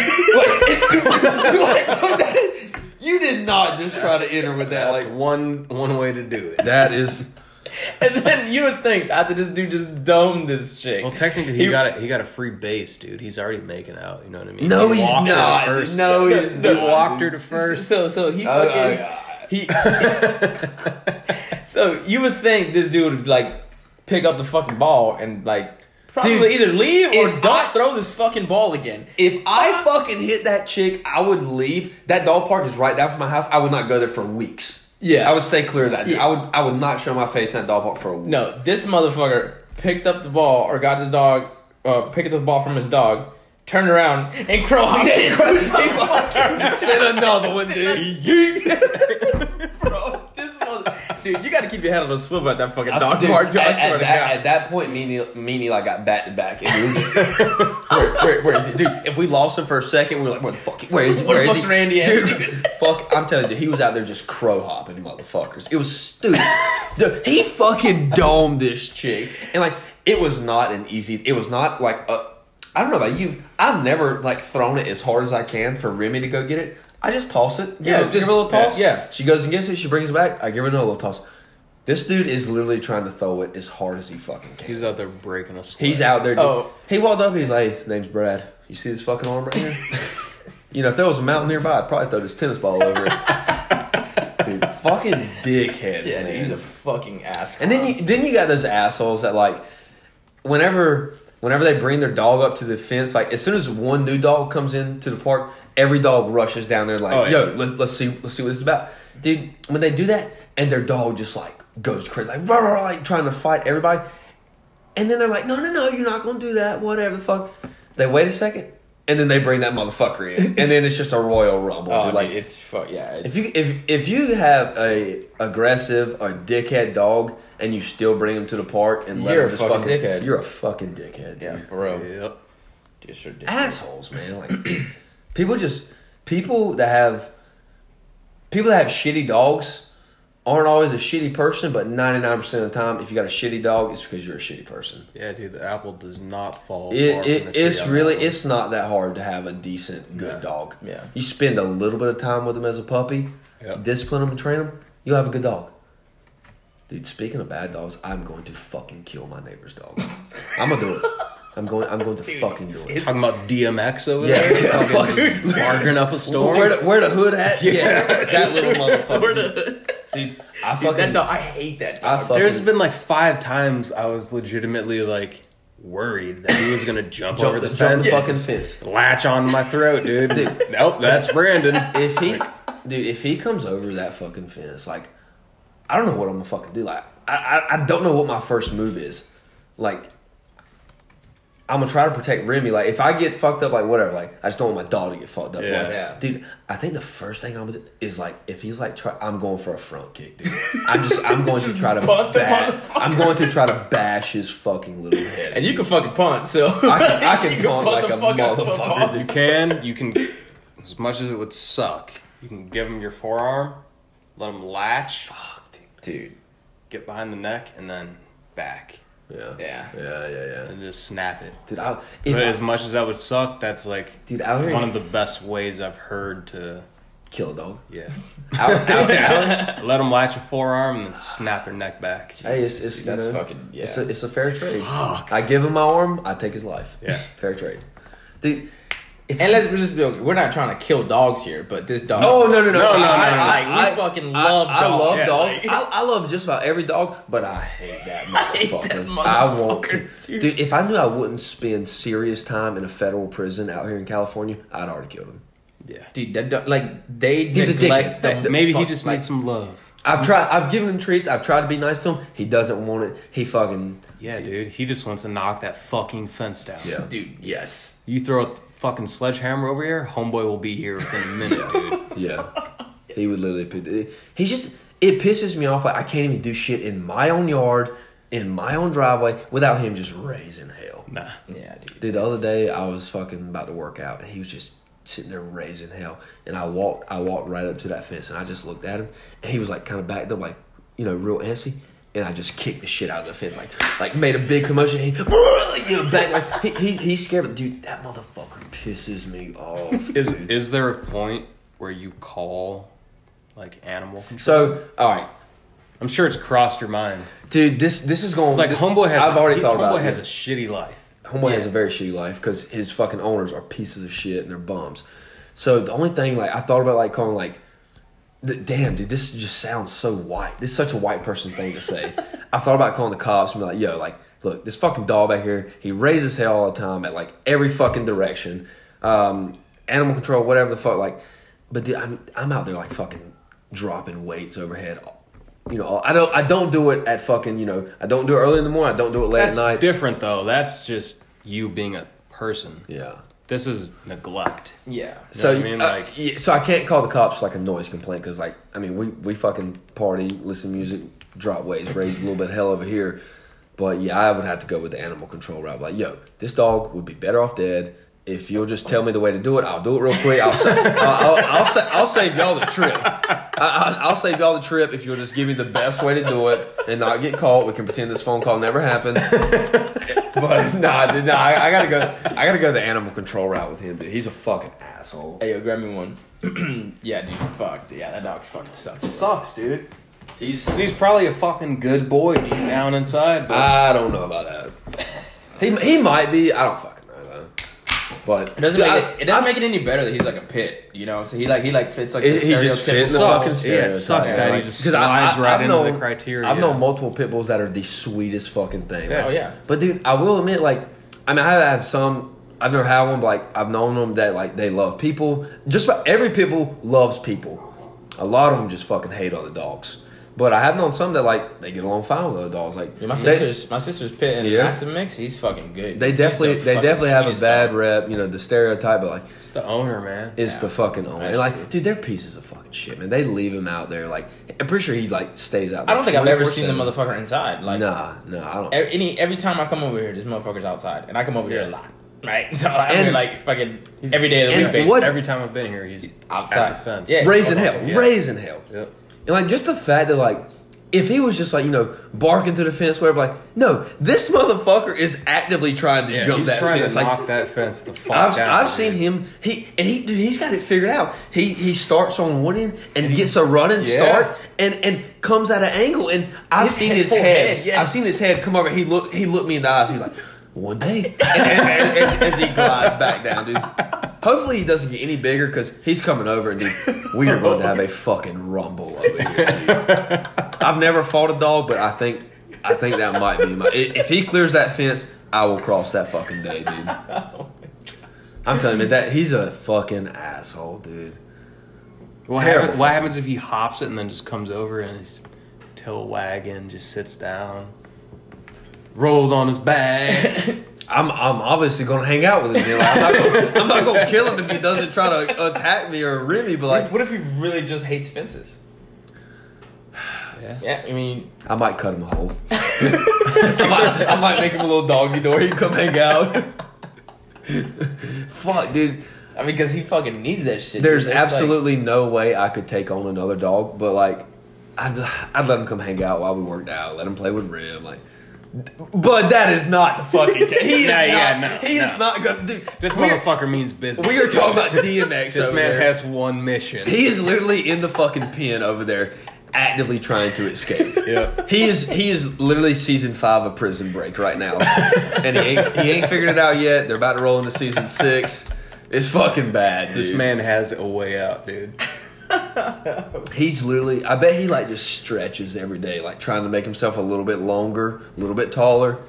A: Like, like, that- <laughs> you did not just try to enter with that.
B: That's
A: Like
B: one one way to do it.
A: that is
C: <laughs> And then you would think after this dude just domed this chick.
B: Well, technically, he, got a, he got a free base, dude. He's already making out. You know what I mean?
A: No,
B: He
A: he's
B: walked her to
A: not.
B: first.
A: No, <laughs> he's
B: he
A: not.
B: walked her to first.
C: So so he
A: Oh,
C: fucking
A: God.
C: he. <laughs> so you would think this dude would like pick up the fucking ball and like probably
A: Dude,
C: either leave or
A: if
C: don't
A: I-
C: throw this fucking ball again.
A: if
C: Uh-huh.
A: I fucking hit that chick, I would leave. That dog park is right down from my house. I would not go there for weeks.
C: Yeah.
A: I would stay clear of that. dude. I would I would not show my face in that dog park for a week.
C: No, this motherfucker picked up the ball or got the dog, uh, picked up the ball from his dog, turned around
A: <laughs>
C: and crow hopped
A: He
C: it. <laughs>
A: fucking sent another one, dude.
B: Yeet.
C: <laughs> Bro, this mother- dude, you gotta keep your head on a swivel at that fucking
A: I
C: dog
A: dude,
C: park. dude, I
A: at,
C: swear
A: at
C: to
A: that,
C: God.
A: at that point, me and, Eli, me and Eli got back to back, and we were just,
C: <laughs>
A: where, where, where is it, dude? If we lost him for a second, we were like, "Where the fuck? Where is it?
C: Where
A: Where
C: the
A: is
C: fuck's
A: he?"
C: Randy at,
A: dude, fuck! I'm telling you, he was out there just crow hopping motherfuckers. It was stupid. Dude, he fucking domed this chick, and like, it was not an easy. It was not like a. I don't know about you. I've never like thrown it as hard as I can for Remy to go get it. I just toss it.
C: Yeah,
A: give
C: just-
A: her a little toss.
C: yeah.
A: She goes and gets it. She brings it back. I give her another little toss. This dude is literally trying to throw it as hard as he fucking can. He's,
B: He's out there breaking us.
A: out there. Dude.
C: Oh.
A: He walked up. He's like, hey, "Name's Brad. You see this fucking arm right
C: <laughs> <laughs>
A: here? you know, if there was a mountain nearby, I'd probably throw this tennis ball over it." dude, fucking dickheads,
C: yeah,
A: man.
C: dude, he's a fucking asshole.
A: And then you then you got those assholes that like whenever whenever they bring their dog up to the fence, like as soon as one new dog comes into the park, every dog rushes down there like,
B: Oh, yeah.
A: yo, let's let's see let's see what this is about. Dude, when they do that and their dog just like goes crazy, like rah, rah, rah, like trying to fight everybody. And then they're like, No no no, you're not gonna do that, whatever the fuck. They wait a second and then they bring that motherfucker in. And then it's just a royal rumble.
C: <laughs> oh,
A: dude.
C: dude,
A: Like
C: it's fuck yeah.
A: if
C: It's,
A: you if if you have a aggressive or dickhead dog and you still bring him to the park and let
C: You're
A: him
C: a
A: just
C: fucking
A: fucking,
C: dickhead.
A: you're a fucking dickhead.
C: yeah,
A: dude.
C: for real,
B: Yep.
C: just ridiculous.
A: assholes, man. Like <clears throat> people just people that have people that have shitty dogs aren't always a shitty person, but ninety nine percent of the time, if you got a shitty dog, it's because you're a shitty person.
B: Yeah, dude, the apple does not fall. far
A: It,
B: from
A: it
B: the
A: it's
B: tree on
A: really
B: that one.
A: it's not that hard to have a decent good
B: No.
A: dog.
C: Yeah.
A: you spend a little bit of time with them as a puppy,
B: Yep.
A: discipline them and train them, you'll have a good dog. Dude, speaking of bad dogs, I'm going to fucking kill my neighbor's dog. I'm gonna do it. I'm going. I'm going to fucking do it.
B: talking about DMX over
A: Yeah, <laughs>
C: <laughs>
B: there.
A: yeah,
B: Fucking
A: dude.
B: just barking up a storm.
A: Where the, where the hood at?
B: <laughs>
A: Yes, that little motherfucker. Dude, I fucking.
C: Dude, that dog, I hate that
A: I
C: dog.
A: fucking.
B: There's been like five times I was legitimately like worried that he
A: <laughs>
B: was gonna jump,
A: jump
B: over the
A: jump
B: fence,
A: the fucking
B: just
A: fence.
B: latch on my throat,
A: <laughs>
B: dude.
A: Dude.
B: Nope, that's
A: <laughs>
B: Brandon.
A: If he, dude, if he comes over that fucking fence, like, I don't know what I'm gonna fucking do. Like, I, I, I don't know what my first move is. Like, I'm gonna try to protect Remy. Like, if I get fucked up, like whatever. Like, I just don't want my dog to get fucked up.
B: Yeah.
A: Like,
C: Yeah.
A: dude. I think the first thing I'm gonna do is like, if he's like, try, I'm going for a front kick, dude. I'm just,
C: <laughs>
A: I'm going to try to,
C: bunt the
A: ba- I'm going to try to bash his fucking
C: <laughs>
A: little head.
C: and you can fucking punt,
A: <laughs>
C: so
A: I can, I can
C: You
A: punt
C: punt
A: like
C: the
A: a
C: fuck out of
A: motherfucker,
C: footballs.
A: dude.
B: You can, you can, as much as it would suck, you can give him your forearm, let him latch,
C: dude.
B: get behind the neck, and then back,
A: Yeah.
C: <laughs> Yeah.
A: Yeah. Yeah. Yeah.
B: and just snap it.
A: Dude, I, if
B: But
A: I-
B: as much as that would suck, that's like
A: Dude, out here-
B: one of the best ways I've heard to
A: <laughs> kill a dog. <laughs>
B: yeah.
A: Out, out, out.
B: <laughs> Let them latch a forearm and then snap their neck back.
C: <laughs>
A: Hey, it's, it's
C: Dude,
A: you
C: that's
A: know,
C: fucking- yeah.
A: It's a, it's a fair trade. I give him my arm, I take his life.
B: Yeah.
A: <laughs> fair trade, dude. If
C: And let's, let's be okay. We're not trying to kill dogs here, but this dog.
A: Oh no no no
B: No,
A: I,
B: no, no, no.
A: I,
C: Like,
A: I,
C: we fucking
A: I-
C: love
A: I,
C: dogs.
A: love
C: Yeah,
A: dogs.
C: like-
A: I, I love just about every dog, but I hate that
C: <laughs>
A: motherfucker. I,
C: that
A: won't,
C: motherfucker,
A: dude.
C: dude.
A: dude. If I knew I wouldn't spend serious time in a federal prison out here in California, I'd already killed him.
B: Yeah.
C: dude, that dog, like they
A: He's a
C: neglect
A: dickhead.
C: the
B: Maybe he
C: fuck-
B: just
C: like,
B: needs some love.
C: Mm.
A: I've tried. I've given him treats. I've tried to be nice to him. He doesn't want it. He fucking
B: Yeah, dude. He just wants to knock that fucking fence down.
A: yeah.
C: dude. Yes,
B: You throw a fucking sledgehammer over here, homeboy will be here within a minute, dude.
A: <laughs> Yeah. He would literally pick. He just it pisses me off. Like I can't even do shit in my own yard, in my own driveway, without him just raising hell.
B: Nah.
C: yeah, dude.
A: Dude, the other day I was fucking about to work out, and he was just sitting there raising hell. And I walked, I walked right up to that fence, and I just looked at him, and he was like kind of backed up, like you know, real antsy. And I just kicked the shit out of the fence, like like made a big commotion. He, <laughs> like, you know, back like he, he he's scared, but dude, that motherfucker pisses me off.
B: Is is there a point where you call like animal control?
A: So all right,
B: I'm sure it's crossed your mind.
A: Dude, this this is going.
B: It's like homeboy has
A: I've
B: a,
A: already
B: he-
A: thought
B: homeboy
A: about it.
B: has a shitty life.
A: homeboy has a very shitty life because his fucking owners are pieces of shit and they're bums. So the only thing like I thought about like calling like, th- damn dude, this just sounds so white. This is such a white person thing to say. I thought about calling the cops and be like, yo, like look, this fucking dog back here, he raises hell all the time at like every fucking direction. Um, animal control, whatever the fuck, like. But dude, I'm I'm out there like fucking dropping weights overhead. You know, I don't I don't do it at fucking you know I don't do it early in the morning. I don't do it late
B: That's
A: at night.
B: different though. That's just you being a person.
A: Yeah.
B: This is neglect.
C: Yeah,
A: So
B: what I mean?
A: uh,
B: Like-
A: yeah, so I can't call the cops like a noise complaint because like I mean we we fucking party, listen to music, drop waves, raise a little bit of hell over here, but yeah I would have to go with the animal control route. Like yo, this dog would be better off dead if you'll just tell me the way to do it. I'll do it real quick. I'll sa- <laughs> I'll, I'll, I'll, sa- I'll save y'all the trip. I, I, I'll save y'all the trip if you'll just give me the best way to do it and not get caught. We can pretend this phone call never happened. But <laughs> nah, dude, nah, I, I gotta go. I gotta go the animal control route with him, dude. He's a fucking asshole.
C: Hey, yo, grab me one. <clears throat> yeah, dude, fuck, dude. Yeah, that dog fucking sucks.
B: Sucks, dude.
A: He's.
B: 'Cause he's probably a fucking good boy deep down inside, but
A: I don't know about that. he he might be. I don't fucking know though. But
C: It doesn't
A: Dude,
C: make
A: I-
C: it, it doesn't
A: I-
C: make it any better that he's like a pit, you know. So he like he like fits like
A: He-
C: the
A: he's just
C: stereotypical-
A: fitting the fucking
B: Sucks. Yeah, it sucks
A: stereotype,
B: that he
A: like-
B: just
A: 'Cause I- I-
B: slides right
A: I've
B: into the
A: known-
B: criteria.
A: I've known multiple pit bulls that are the sweetest fucking thing.
C: Yeah. Oh, yeah.
A: But dude, I will admit, like, I mean, I have some. I've never had one, but like, I've known them that like they love people. Just about every pit bull loves people. A lot of them just fucking hate other dogs. But I have known some that like they get along fine with other dogs. Like
C: Yeah, my
A: they-
C: sister's my sister's pit and
A: Yeah.
C: Acid Mix. He's fucking good.
A: They
C: He's
A: definitely,
C: the
A: they
C: fucking
A: definitely have a
C: sweetest
A: bad
C: dog.
A: rep. You know, the stereotype, but like,
B: it's the owner, man.
A: it's
C: Yeah.
A: the fucking owner. And
C: That's true.
A: like, dude, they're pieces of fucking shit, man. They leave him out there. Like, I'm pretty sure he like stays out.
C: I don't
A: there
C: think I've ever seen the
A: 24/7.
C: motherfucker inside. Like
A: Nah, nah, I don't.
C: every, any every time I come over here, this motherfucker's outside, and I come over here a lot, right? <laughs> So I'm
A: And-
C: here like fucking every day of the
A: and
C: week, basically.
A: what-
B: Every time I've been here, he's
C: outside
B: at the fence.
C: Yeah.
A: raising
B: Hold on,
A: hell,
B: yeah.
A: raising hell,
B: Yep.
A: and like just the fact that like, if he was just like you know barking to the fence, whatever, like no, this motherfucker is actively trying to jump
B: he's
A: that
B: trying
A: fence.
B: to
A: Like
B: knock that fence the fuck
A: I've,
B: down,
A: I've seen
B: dude.
A: him. He and he dude, he's got it figured out. He he starts on one end and gets a running
B: Yeah.
A: start and and comes at an angle. And I've
C: His-
A: seen
C: his
A: his,
C: whole
A: head.
C: head, yes.
A: I've seen his head come over. He looked. He looked me in the eyes. He was like, one
C: <laughs>
A: day, and, and- and- as, as he glides back down, dude. Hopefully he doesn't get any bigger because he's coming over and dude, we are going to have a fucking rumble over here. dude. I've never fought a dog, but I think I think that might be my. i- If he clears that fence, I will cross that fucking day,
C: <laughs> Oh
A: dude. I'm telling you, man, that he's a fucking asshole, dude.
B: What,
A: Terrible.
B: happen- what happens if he hops it and then just comes over and his tail wagging, just sits down, rolls on
A: <laughs>
B: his back?
A: I'm I'm obviously gonna hang out with him. you know, I'm, not gonna, I'm not gonna kill him if he doesn't try to attack me or rim me, but like
C: what if he really just hates <sighs> fences? Yeah. I mean,
A: I might cut him a hole. <laughs> I, might, I might make him a little doggy door. He can come hang out. <laughs> Fuck, dude.
C: I mean, because he fucking needs that shit.
A: There's
C: dude. It's
A: absolutely no way I could take on another dog, but like, I'd, I'd let him come hang out while we worked out, let him play with Rim, like. But that is not the
B: <laughs>
A: fucking. case. He is
B: No,
A: not.
B: yeah, no,
A: he is
B: no.
A: not gonna do.
B: This
A: we're-
B: motherfucker means business.
A: We are talking about DMX.
B: This
A: over
B: man
A: there.
B: has one mission.
A: He is literally in the fucking pen over there, actively trying to escape.
B: <laughs> Yep.
A: He is he is literally season five of Prison Break right now, and he ain't, he ain't figured it out yet. They're about to roll into season six. It's fucking bad.
B: This
A: dude.
B: man has a way out, dude.
A: He's literally. I bet he like just stretches every day, like trying to make himself a little bit longer, a little bit taller.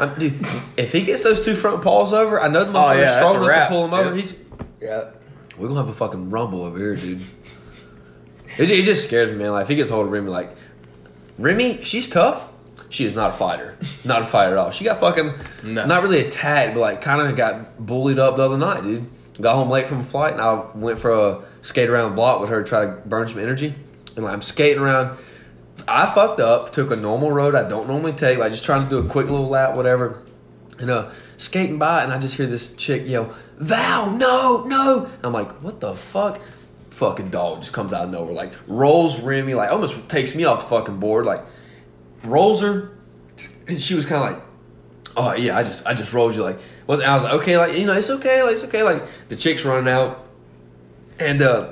A: I'm, dude, if he gets those two front paws over, I know the motherfucker's
B: Oh, yeah, that's a
A: strong enough to
B: wrap,
A: pull him over.
B: dude.
A: He's
C: Yeah.
A: we're gonna have a fucking rumble over here, dude. It, ju- it just scares me, man. Like if he gets hold of Remy, like Remy, she's tough. She is not a fighter, not a fighter at all. She got fucking
B: No.
A: not really attacked, but like kind of got bullied up the other night, dude. Got home late from a flight, and I went for a skate around the block with her, to try to burn some energy. And like, I'm skating around. I fucked up, took a normal road I don't normally take, like just trying to do a quick little lap, whatever. And uh, skating by, and I just hear this chick yell, Val, no, no. And I'm like, what the fuck? Fucking dog just comes out of nowhere, like rolls Remy, like almost takes me off the fucking board, like rolls her, and she was kind of like, oh yeah, I just I just rolled you, like, was and I was like, okay, like you know, it's okay, like it's okay, like the chick's running out, and uh,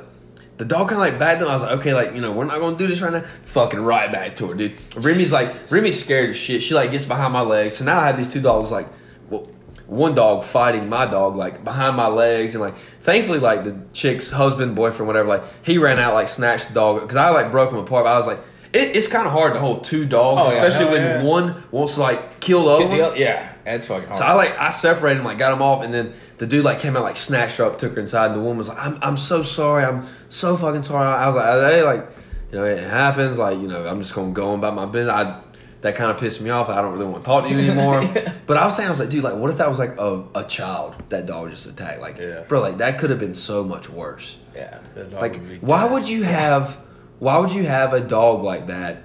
A: the dog kind of like backed them. I was like, okay, like you know, we're not gonna do this right now. Fucking right back to her, dude. Remy's like, Remy's scared as shit. She like gets behind my legs. So now I have these two dogs like, well, one dog fighting my dog like behind my legs, and like thankfully like the chick's husband, boyfriend, whatever, like he ran out like snatched the dog because I like broke him apart. But I was like. It, it's kind of hard to hold two dogs,
C: Oh, yeah.
A: especially
C: Oh,
A: when
C: yeah.
A: one wants to like kill the other one.
C: yeah, that's fucking hard.
A: Oh, So I like I separated him, like got him off, and then the dude like came out, like snatched her up, took her inside, and the woman was like, "I'm I'm so sorry, I'm so fucking sorry." I was like, "Hey, like, you know, it happens. Like, you know, I'm just gonna go on about my business." I that kind of pissed me off. I don't really want to talk <laughs> to you anymore. But I was saying, I was like, dude, like, what if that was like a, a child that dog just attacked? Like,
B: Yeah.
A: bro, like that could have been so much worse.
C: yeah.
A: Like, why would you have? Why would you have a dog like that,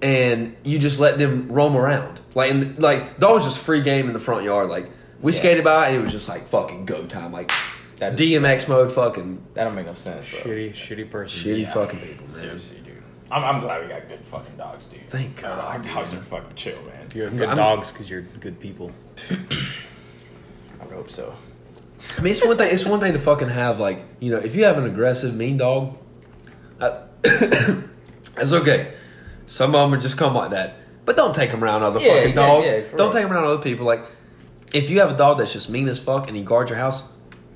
A: and you just let them roam around? Like, and, like dogs just free game in the front yard. Like, we
C: Yeah.
A: skated by, and it was just like fucking go time. Like,
C: That is-
A: DMX mode, fucking
C: That don't make no sense, bro.
B: Shitty, shitty person.
A: shitty fucking people, man.
C: Seriously, dude. I'm, I'm glad we got good fucking dogs, dude.
A: Thank
C: Uh, Our
A: God,
C: dogs are fucking chill, man.
B: You're good
A: I'm-
B: dogs because you're good people.
C: I would hope so.
A: I mean, it's one thing. It's one thing to fucking have like you know, if you have an aggressive, mean dog, I, <coughs> that's okay. Some of them are just come like that, but don't take them around other
C: Yeah,
A: fucking
C: yeah,
A: dogs.
C: yeah, for
A: don't
C: real.
A: take them around other people. Like If you have a dog that's just mean as fuck and he guards your house,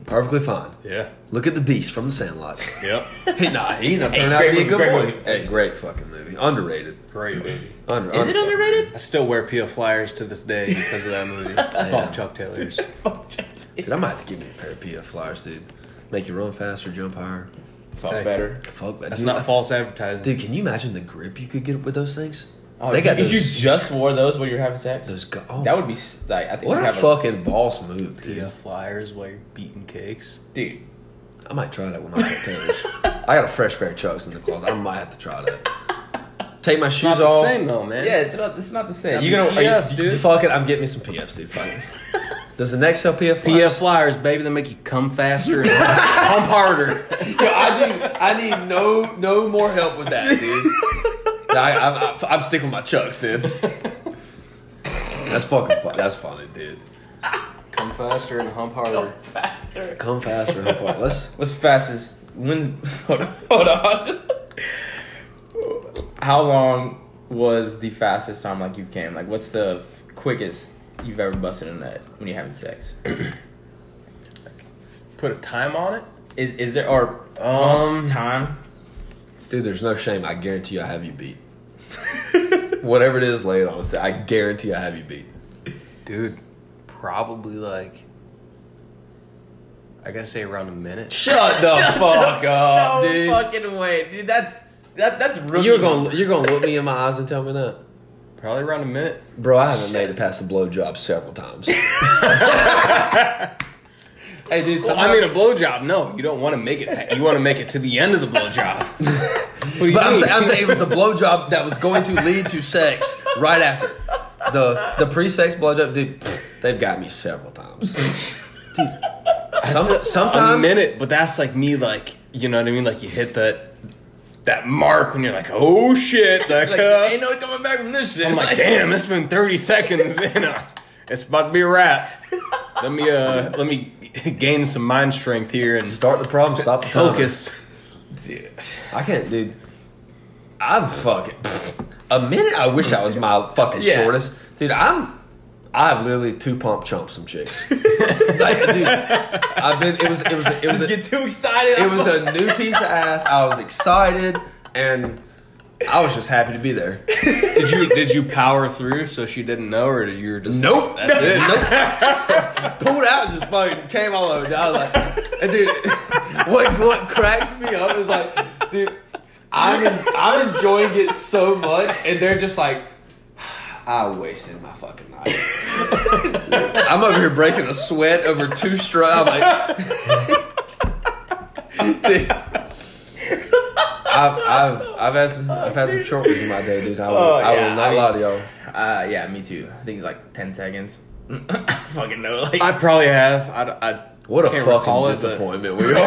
A: perfectly fine.
B: Yeah.
A: Look at the Beast from The Sandlot. <laughs>
B: Yep.
A: Hey, nah, he ended up
C: Hey,
A: turning out to
C: great
A: be a
C: movie,
A: good
C: great
A: boy.
C: movie.
A: Hey, great fucking movie. Underrated.
B: <laughs> Great movie.
A: Under,
C: Is it
A: underfucking-
C: underrated?
B: I still wear PF Flyers to this day because of that <laughs> movie. Fuck Chuck <laughs> Taylors.
C: Fuck Chelsea.
A: Dude, I might have to give me a pair of PF Flyers, dude. Make you run faster, jump higher.
C: Fuck
B: Hey.
C: better.
A: Fuck that.
B: That's
A: dude,
B: not
A: I-
B: false advertising.
A: Dude, can you imagine the grip you could get with those things?
C: Oh,
A: they got
C: if
A: those.
C: you just wore those while you were having sex,
A: those go- oh,
C: that would be s- like I think
A: what
C: I'd
A: a
C: have
A: fucking boss move, dude.
B: PF Flyers while you're beating cakes.
C: dude.
A: I might try that with
C: <laughs>
A: my Chuck Taylors. I got a fresh pair of Chucks in the closet. I might have to try that. Take my shoes
B: Not the
A: off.
B: same though, man.
C: Yeah, it's not it's not the same.
B: That'd
C: You gonna
B: be
C: are you-
B: PS, dude.
A: Fuck it, I'm getting me some PFs, dude. Fuck it.
C: <laughs>
A: Does the next sell PF?
B: PF Flyers, baby, they make you come faster and <laughs> pump harder.
A: I need I need no no more help with that, dude. I, I, I, am sticking with my chucks,
C: <laughs>
A: dude. That's fucking fun. That's funny,
C: <laughs>
A: dude.
B: <laughs> Come faster and hump harder.
C: faster.
A: Come faster, hump harder. Let's.
C: What's fastest? When? <laughs> Hold on. Hold on. How long was the fastest time like you came? Like, what's the quickest you've ever busted a nut when you're having sex?
B: Put a time on it.
C: Is is there or
B: Um,
C: um, time?
A: Dude, there's no shame. I guarantee you, I have you beat. <laughs> Whatever it is, lay it on us. I guarantee I have you beat.
B: Dude, probably like I gotta say around a minute.
A: Shut
B: <laughs>
A: the fuck up,
C: no
A: dude.
C: Oh, fucking way, dude. That's that that's rookie.
A: You're gonna you're gonna look me in my eyes and tell me that,
B: Probably around a minute.
A: bro. I haven't made it past a blowjob several <laughs> times. hey, dude.
B: Well, I mean a blowjob. No, you don't want to make it. You want to make it to the end of the blowjob. <laughs> What do you
A: But I'm,
B: mean?
A: saying, I'm saying it was the blowjob that was going to lead to sex right after. The the pre-sex blowjob, dude. pfft, They've got me several times. <laughs> Dude, some-
B: a
A: sometimes
B: minute, but that's like me. Like you know what I mean? Like you hit that that mark when you're like, oh shit. Like,
C: Like,
B: uh,
C: ain't no coming back from this shit.
B: I'm like, damn, it's been 30 seconds. <laughs> You know, it's about to be a wrap. Let me uh, let me <laughs> gain some mind strength here and
A: start the problem, stop the timer.
B: focus.
C: Dude.
A: I can't, dude. I'm fucking pfft, a minute. I wish I was my fucking
C: Yeah.
A: shortest, dude. I'm. I've literally two pump chumped some chicks. <laughs> like, dude, I've been. It was. It was. It was.
C: Just get too excited.
A: it
C: I'm
A: was
C: <laughs> like-
A: a new piece of ass. I was excited, and I was just happy to be there.
B: Did you did you power through so she didn't know, or did you were just
A: Nope.
B: That's it.
A: Nope. <laughs> Pulled out and just fucking came all over. I was like, and dude, <laughs> what what cracks me up is like, dude, I'm I'm enjoying it so much, and they're just like, <sighs> I wasted my fucking life. I'm over here breaking a sweat over two straw. I'm like, <laughs> dude. I've, I've I've had some I've had some short ones in my day, dude. I will,
C: Oh,
A: I will
C: yeah,
A: not
C: I mean-
A: lie to y'all.
C: Uh, yeah, me too. I think it's like ten seconds. <laughs> I fucking know. Like,
B: I probably have. I, I
A: What a
B: can't
A: fucking
B: recall it, but-
A: disappointment we are. <laughs>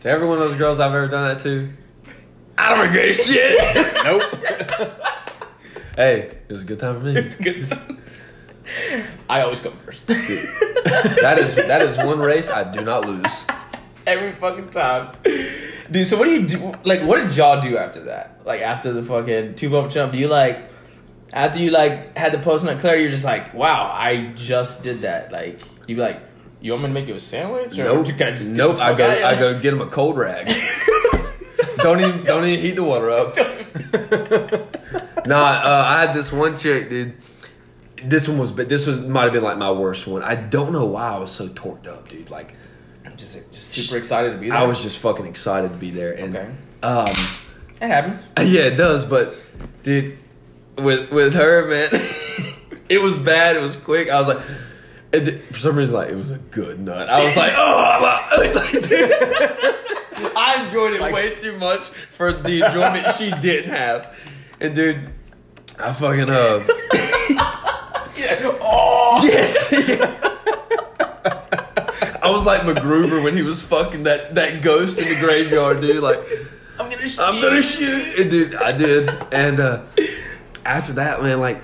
A: to every one of those girls I've ever done that to,
C: I don't regret <laughs> shit.
B: Nope.
A: <laughs> hey, it was a good time for me.
C: it's good. <laughs> I always come first. <laughs>
A: That is that is one race I do not lose.
C: Every fucking time. Dude, so what do you do? Like, what did y'all do after that? Like, after the fucking two bump jump, do you like, after you like had the post nut Claire, you're just like, wow, I just did that. Like, you be like, you want me to make you a sandwich? Or
A: Nope,
C: <laughs> you can I just get
A: nope.
C: the
A: I
C: fuck
A: go
C: outta here?
A: I go get him a cold rag. <laughs> don't even don't even heat the water
C: <laughs>
A: up. Nah, uh, I had this one chick, dude. This one was but this was might have been like my worst one. I don't know why I was so torqued up, dude. Like
C: I'm just, just super excited to be there.
A: I was just fucking excited to be there, and
C: Okay.
A: um. <laughs>
C: It happens.
A: Yeah, it does, but dude, with with her, man, <laughs> it was bad. It was quick. I was like, and th- for some reason, like it was a good nut. I was like, <laughs> oh, I'm a-" <laughs> like, dude, I enjoyed it way too much for the enjoyment she didn't have. And dude, I fucking uh,
B: Oh,
A: yes. I was like MacGruber when he was fucking that, that ghost in the graveyard, dude. Like,
C: I'm gonna shoot.
A: I'm gonna shoot, and dude, I did. And uh, after that, man, like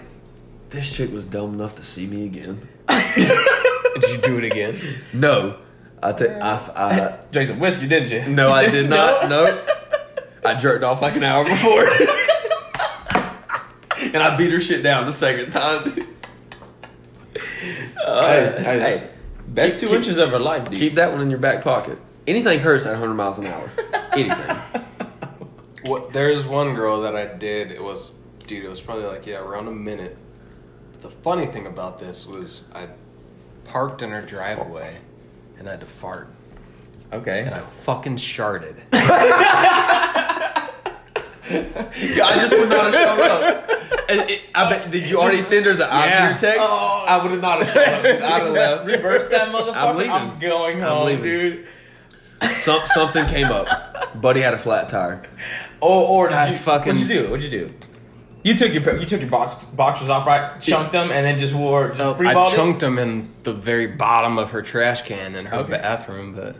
A: this chick was dumb enough to see me again.
B: <laughs> did you do it again?
A: No, I think I,
C: <laughs> Drink some whiskey, didn't
A: I
C: you?
A: no, I <laughs> did not. No, I jerked off like an hour <laughs> before, and I beat her shit down the second time. dude. Hey, hey,
C: hey, best
A: keep-
C: two
A: keep-
C: inches of her life, dude.
A: Keep that one in your back pocket. Anything hurts at 100 miles an hour. Anything.
B: What, there's one girl that I did. It was, dude, it was probably like, yeah, around a minute. The funny thing about this was I parked in her driveway and I had to fart.
C: Okay.
B: And I fucking sharded.
A: <laughs> I just would not have shown up. And it- I bet, did you already send her the I'm
B: Yeah.
A: here text?
C: Oh.
A: I would have not have shown up. I'd have <laughs> left.
C: Reverse that motherfucker. <laughs> I'm,
A: leaving.
C: going
A: I'm
C: home,
A: leaving.
C: dude.
A: Some, something came up. Buddy had a flat tire.
C: Oh, or did
B: That's
C: you
B: fucking-
C: What'd you do? What'd you do? You took your you took your box, boxers off, right? Chunked them, and then just wore just free
B: I
C: balled it?
B: chunked him in the very bottom of her trash can in her
C: Okay.
B: bathroom, but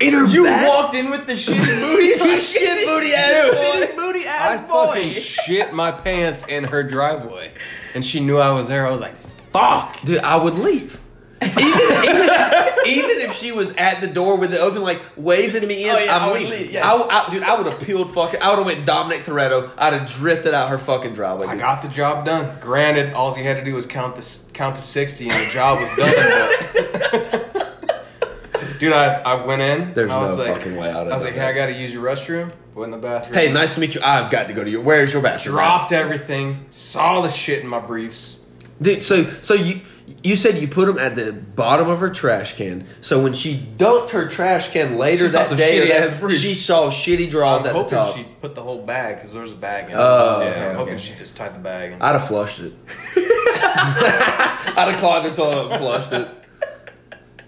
A: In her <laughs>
C: You walked in with
B: <laughs>
C: the shitty booty.
A: You <laughs> shit booty ass.
C: shitty
B: I
C: booty ass boy.
B: fucking shit my pants in her driveway. And she knew I was there. I was like, fuck.
A: Dude, I would leave. even, even, even if she was at the door with it open, like waving me in,
C: Oh, yeah, I
A: I'm
C: would
A: leaving.
C: leave, yeah.
A: I, I- dude, I would have peeled fucking. I would have went Dominic Toretto. I'd have drifted out her fucking driveway.
B: I
A: dude.
B: got the job done. Granted, all you had to do was count the count to sixty, and the job was done. But <laughs> dude, I, I went in.
A: There's
B: I was
A: no
B: like,
A: fucking way out of
B: I was
A: that.
B: like, hey, I gotta use your restroom. Went in the bathroom.
A: hey, nice to meet you. I've got to go to your. Where's your bathroom?
B: dropped everything. Saw the shit in my briefs.
A: dude. So, so you you said you put them at the bottom of her trash can. So when she dumped her trash can later
C: She saw
A: that
C: some
A: day, or
C: shitty ass
A: that,
C: breach.
A: she saw shitty draws
B: I'm
A: at the
B: hoping
A: top.
B: she put the whole bag because there was a bag. In
A: Oh,
B: it.
C: okay,
B: I'm hoping
C: okay.
B: she just tied the bag. In.
A: I'd have flushed it. I'd have clogged the toilet and flushed it.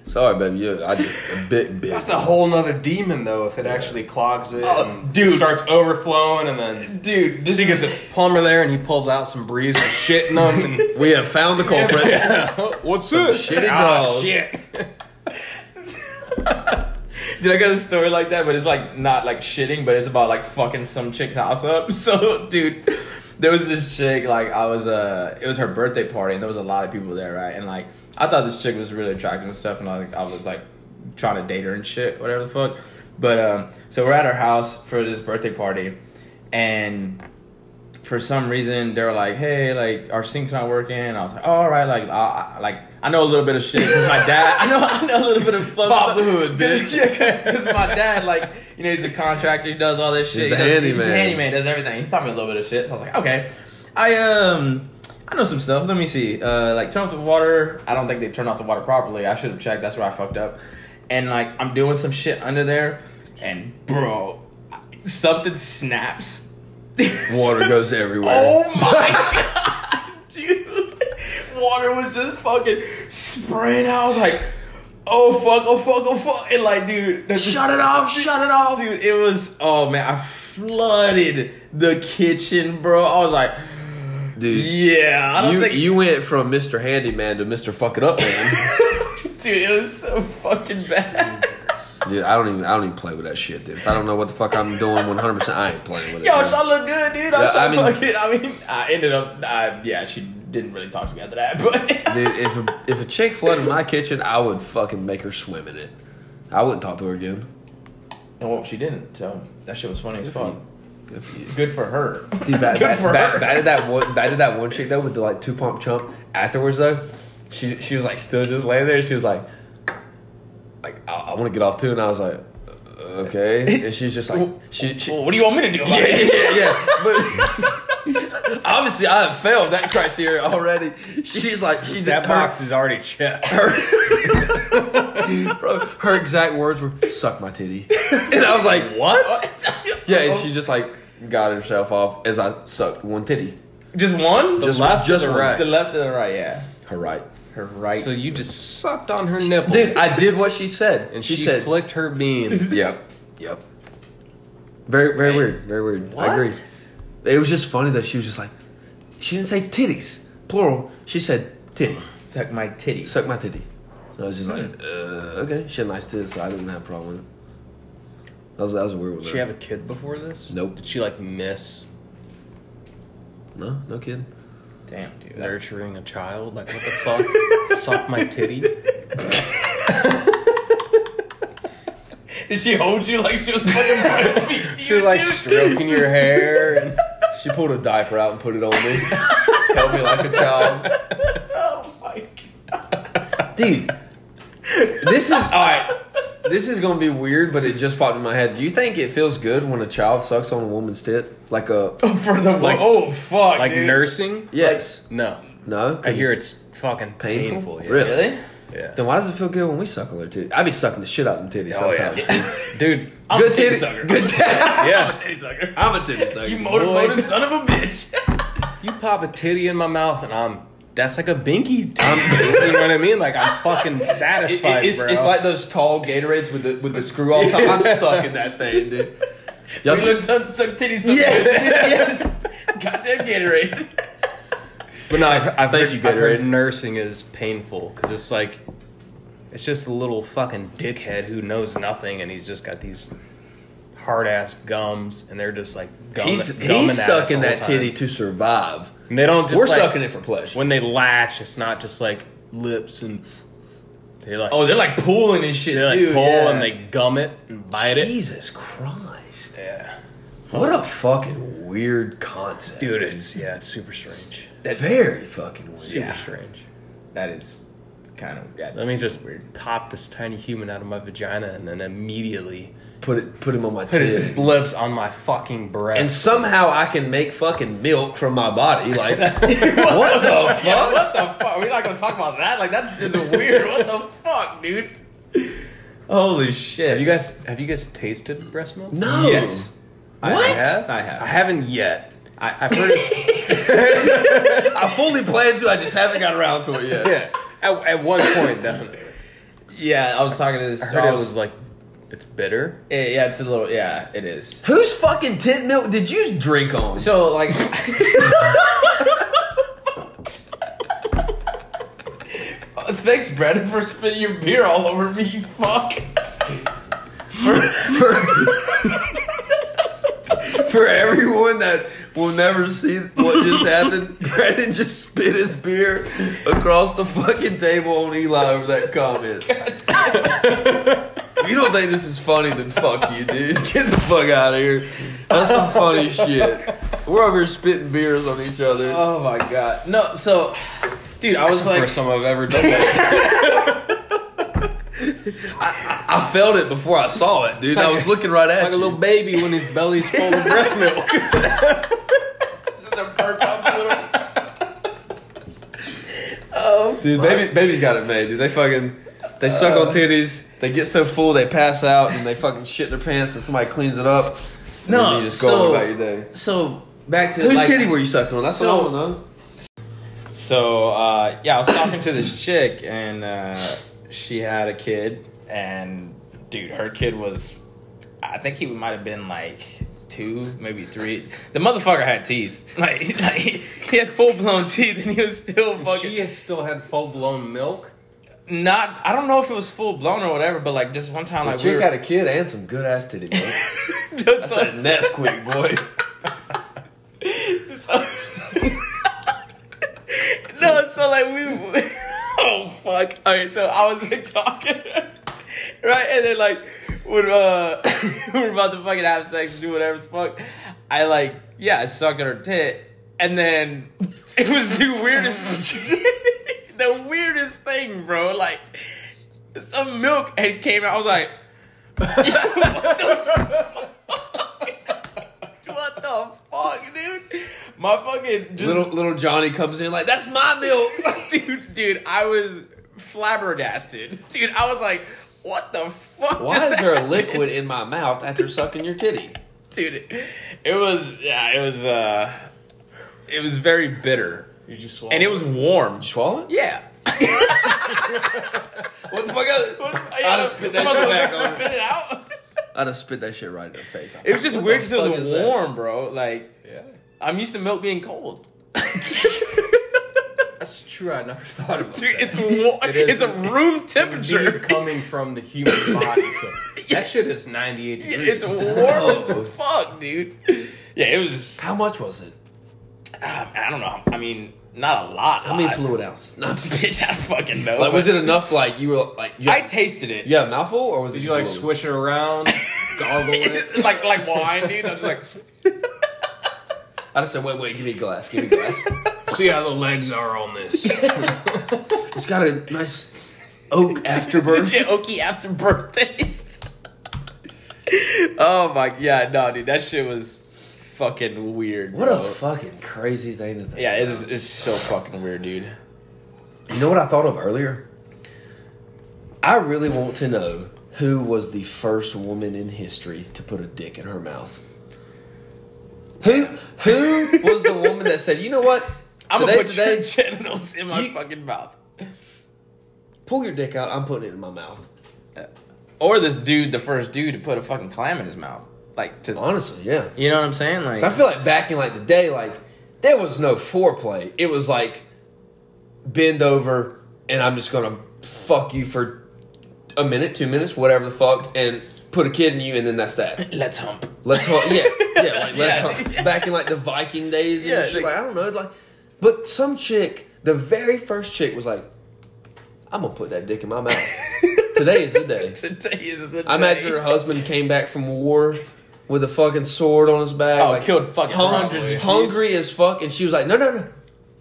A: Sorry, baby. You, I just a bit big.
B: That's a whole nother demon though. If it actually clogs it,
C: Oh,
B: and
C: dude.
B: starts overflowing, and then
C: dude. This
B: he gets a plumber there, and he pulls out some briefs and shit in them.
A: <laughs>
B: And,
A: we have found the culprit. <laughs>
B: What's this?
A: shitty
B: Ah,
A: draws.
B: shit.
C: <laughs> Did I got a story like that? But it's like not like shitting, but it's about like fucking some chick's house up. <laughs> So, dude, there was this chick. Like, I was uh, it was her birthday party, and there was a lot of people there, right? And like, I thought this chick was really attractive and stuff, and I, I was like trying to date her and shit, whatever the fuck. But um, so we're at her house for this birthday party, and for some reason they were like, "Hey, like our sink's not working." I was like, oh, "All right, like I, I like I know a little bit of shit 'cause my dad. I know I know a little bit of fuck-
A: Bob the
C: <laughs>
A: Hood, bitch.
C: because my dad, like, you know, he's a contractor, he does all this shit.
A: He's the
C: he does, He's
A: handyman.
C: a handyman, does everything. He's taught me a little bit of shit. So I was like, okay, I um, I know some stuff. Let me see. Uh, like turn off the water. I don't think they turned off the water properly. I should have checked. That's where I fucked up. And like I'm doing some shit under there, and bro, something snaps. <laughs>
A: Water goes everywhere.
C: Oh my god, dude! Water was just fucking spraying out. I was like, oh fuck, oh fuck, oh fuck, and like, dude, there's
A: Shut it off! Shut it off!
C: dude, it was. Oh man, I flooded the kitchen, bro. I was like,
A: Dude,
C: yeah, I don't
A: you
C: think,
A: you went from Mr. Handyman to Mr. Fuck It Up Man.
C: dude, it was so fucking bad.
A: Dude, I don't even I don't even play with that shit. Dude. If I don't know what the fuck I'm doing, 100, percent I ain't playing with it.
C: <laughs> Yo,
A: man.
C: I look good, dude. I
A: Yeah,
C: was so
A: I mean-
C: fucking. I mean, I ended up. I, yeah, she didn't really talk to me after that, but <laughs>
A: Dude, if a, if a chick flooded my kitchen, I would fucking make her swim in it. I wouldn't talk to her again.
C: and well, she didn't. So that shit was funny as fuck.
A: Good for you.
C: Good for her.
A: Dude, bad,
C: Good
A: bad,
C: for her.
A: bad, bad did that one. Bad did that one chick though with the like two pump chump. Afterwards though, she she was like still just laying there. She was like, like I, I want to get off too, and I was like, "Uh, okay. And she's just like, she, she
C: Well,
B: Oh.
C: what do you want me to do <laughs> about
A: yeah,
C: it?
A: <laughs> yeah, yeah. But <laughs> obviously, I have failed that criteria already. She's like, she did
B: That
A: her-
B: box is already checked.
A: <laughs> Bro, her exact words were "suck my titty," <laughs> and I was like,
C: What?
A: "Yeah." And she just like got herself off as I sucked one titty,
C: Just one?
A: Just-
B: left or
A: just
B: the
A: one.
B: right?
C: The left and the right, yeah.
A: her right.
C: Her right.
B: So you just sucked on her nipple,
A: Dude, I did what she said,
B: and
A: and
B: she,
A: she, said,
B: flicked her bean.
A: "Yep, yep." Very, very
C: Hey.
A: weird. Very weird. I agree.
C: What?
A: It was just funny that she was just like, she didn't say titties, plural. She said titty.
C: suck my titty.
A: Suck my titty. And I was just like, uh, okay. She had nice titties, so I didn't have a problem with it. That was that was a weird one.
B: Did she
A: there.
B: have a kid before this?
A: Nope.
B: Did she like miss
A: no, no kidding.
C: Damn, dude. That's-
B: nurturing a child? Like what the fuck? Suck my titty.
C: Did she hold you like
B: <laughs>
C: she was fucking breastfeeding
B: She was like stroking your hair. And
A: She pulled a diaper out and put it on me. Held me like a child.
C: Oh my god.
A: dude. This is all right. This is gonna be weird, but it just popped in my head. Do you think it feels good when a child sucks on a woman's tit, like a
C: for the
B: Like-
C: oh fuck,
B: Like
C: dude.
B: nursing?
A: yes,
B: No.
A: no? 'cause
B: I hear
A: it's
B: it's fucking painful.
A: painful.
B: yeah.
A: really?
C: Really?
B: Yeah.
A: Then why does it feel good when we suck on their titty? I be sucking the shit out of them titties
B: Oh, yeah.
A: sometimes.
B: <laughs> Dude.
C: I'm
A: Good
C: a titty
A: titty-
C: sucker.
A: good
C: titty. I'm a
B: Yeah.
C: titty sucker.
A: I'm a titty sucker.
C: You motivated
B: Boy.
C: son of a
B: <laughs>
C: bitch.
B: You pop a titty in my mouth and I'm that's like a binky.
A: <laughs>
B: I'm, you know what I mean? Like I'm fucking
A: It-
B: satisfied,
A: it's,
B: bro.
A: it's like those tall Gatorades with the with the screw off top. I'm sucking that thing, dude. Y'all
C: We looked up some titty
A: <laughs>
C: suckers.
A: yes, yes.
C: Goddamn Gatorade.
B: But no, I've, I've,
C: Thank
B: heard,
C: you,
B: I've heard
C: Gatorade.
B: nursing is painful because it's like, it's just a little fucking dickhead who knows nothing and he's just got these hard ass gums and they're just like gum,
A: He's
B: gumming at it
A: he's sucking
B: the whole
A: that titty
B: time.
A: to survive.
B: And they don't just
A: We're
B: like,
A: sucking it for pleasure.
B: when they latch. It's not just like lips and they like
C: Oh, they're like pulling and shit
B: they like
C: too.
B: pull
C: yeah.
B: and they gum it and bite it.
A: Jesus Christ!
B: Yeah,
A: What a fucking weird concept,
B: dude, it's yeah, it's super strange.
C: That's
A: Very fucking weird.
B: Super
C: Yeah.
B: strange.
C: That is kind of. Yeah,
B: Let me just pop this tiny human out of my vagina and then immediately.
A: Put it, put him on my
B: put his
A: titty.
B: lips on my fucking breast.
A: And somehow I can make fucking milk from my body.
B: <laughs>
A: Like, what the
C: Yeah,
A: fuck?
C: what the fuck? We're not gonna talk about that. Like that's just weird. What the fuck, dude? Holy shit!
B: have you guys have you guys tasted breast milk?
A: No.
C: Yes. I- I
A: What?
C: have. I have.
B: I haven't yet. I, I've heard <laughs> it's
A: I fully plan to. I just haven't got around to it yet.
B: yeah. At, at one point down there,
C: Yeah, I was talking to this.
B: I heard it was like it's bitter.
C: Eh, yeah, it's a little. Yeah, it is.
A: Whose fucking tit milk did you drink on?
C: So like, <laughs> thanks, Brandon, for spitting your beer all over me. You fuck.
A: for, for everyone that will never see what just happened, <laughs> Brandon just spit his beer across the fucking table on Eli over that comment. If you don't think this is funny, then fuck you, dude. <laughs> Get the fuck out of here. That's some funny shit. We're over here spitting beers on each other.
C: Oh my god. No. So, dude, I was
B: It's the
C: like,
B: first time I've ever done that.
A: I felt it before I saw it, dude. I
B: like
A: was
B: a-
A: looking right at
B: like a
A: you.
B: little baby when his belly's full of breast milk.
A: Dude, baby, baby's got it made. Dude, they fucking they suck on titties. They get so full they pass out and they fucking shit their pants and somebody cleans it up. And
C: No,
A: then you just go
C: so-
A: on about your day.
C: so back to
A: Whose
C: like,
A: titty were you sucking on? That's
C: So-
A: what I want to know.
C: So uh, yeah, I was talking to this chick, and uh, she had a kid, and dude, her kid was, I think he might have been like two, maybe three. The motherfucker had teeth, <laughs> like, like he had full blown <laughs> teeth, and he was still fucking
B: she has still had full blown milk.
C: not. I don't know if it was full blown or whatever, but like just one time, like
A: Chick
C: we were, <laughs>
A: had a kid and some good ass titty. Bro.
C: that's what
A: <laughs>
C: I'm
A: That's quick, boy.
C: so, no, so like we, <laughs> oh fuck. All right, so I was like talking, <laughs> right, and then like when uh <coughs> we're about to fucking have sex, do whatever the fuck, I like yeah, I sucked at her tit, and then <laughs> it was the weirdest, <laughs> the weirdest thing, bro. Like some milk had came out. I was like. <laughs> what the fuck? <laughs> What the fuck, dude? My fucking just
A: little little Johnny comes in like, "That's my milk."
C: <laughs> dude, dude, I was flabbergasted. Dude, I was like, what the fuck?
A: Why
C: just
A: is there a
C: happened?
A: liquid in my mouth after sucking your titty?
C: Dude, it was yeah, it was uh it was very bitter.
B: You just
C: And it was warm.
A: Swallow it?
C: Yeah.
A: What the fuck? I-
C: I'd
A: have spit that shit back on her.
C: Spit it out.
A: I'd have spit that shit right in her face.
C: It was just
A: What
C: weird
A: the
C: because it
A: fuck
C: was
A: is that?
C: warm, bro. Like
B: yeah.
C: I'm used to milk being <laughs> cold.
A: That's true. I
B: <laughs>
A: never thought about
C: Dude,
A: that.
C: it's warm.
B: It is-
C: it's a room temperature.
B: Dude
C: <laughs>
B: coming from the human body, so that shit is ninety eight degrees.
C: It's warm
A: Oh.
C: <laughs> as fuck, dude. Yeah, it was. Just,
A: How much was it?
C: um, I don't know. I mean, not a lot.
D: <laughs>
A: How many
C: lot.
A: fluid ounce? No, I'm just kidding.
C: Bitch, I fucking know.
A: Like, was
C: but
A: it enough? Like, you were like, you
C: I
A: had,
C: tasted
D: <laughs>
C: it.
A: you had a mouthful, or was it
B: Did you
A: just a
B: like
A: little?
B: swish it around, goggle it?
C: like like wine, dude. I was like,
A: I just said, wait, wait, give me a <laughs> glass, give me a glass.
C: <laughs>
B: See how the legs are on this.
A: it's got a nice
C: Oak after birth.
D: Yeah, Okie after birthdays. <laughs> oh my yeah, no, dude, that shit was fucking weird.
A: What a
D: bro.
A: fucking crazy thing to think.
D: yeah, it's it's so fucking weird, dude.
A: You know what I thought of earlier? I really want to know who was the first woman in history to put a dick in her mouth. Who who was the woman that said, you know what?
D: I'm gonna
A: Today's
D: put
A: the day.
D: your genitals in my
A: You-
D: fucking mouth.
A: Pull your dick out. I'm putting it in my mouth.
D: Or this dude, the first dude to put a fucking clam in his mouth, like to
A: Honestly, yeah.
D: you know what I'm saying? Like
A: 'Cause I feel like back in like the day, like there was no foreplay. It was like bend over and I'm just gonna fuck you for a minute, two minutes, whatever the fuck, and put a kid in you, and then that's that.
D: let's hump.
A: Let's hunt. Yeah, yeah,
D: <laughs>
A: like let's
D: Yeah.
A: hunt. Back in like the Viking days and
D: Yeah, like-
A: shit. Like, I don't know, like, but some chick, the very first chick, was like, "I'm gonna put that dick in
D: <laughs>
A: my mouth." Today is the day.
D: Today is the day.
A: I imagine her husband came back from war with a fucking sword on his back.
D: Oh,
A: like,
D: killed fucking
A: hungry,
D: hundreds of
A: hungry as fuck, and she was like, "No, no, no,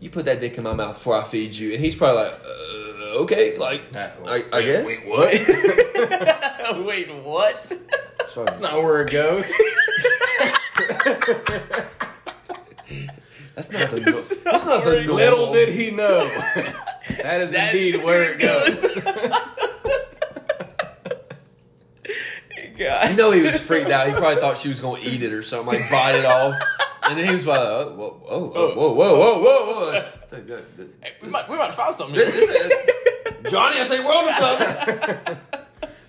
A: you put that dick in my mouth before I feed you." And he's probably like, uh, "Okay, like, I, I guess."
C: Wait, what? <laughs>
D: <laughs> Wait, what?
A: So
C: That's not where it goes.
A: that's not
C: <laughs>
A: the. That's not the.
C: Little
A: normal.
C: did he know. That is
D: That
C: indeed
D: is
C: where it goes.
A: You
D: God.
A: know he was freaked out. He probably thought she was going to eat it or something, like bite it off. And then he was like, oh, whoa, oh, oh, whoa, whoa, whoa, whoa, whoa.
D: We might, we might have found something.
A: This is- Johnny, I think we're onto something.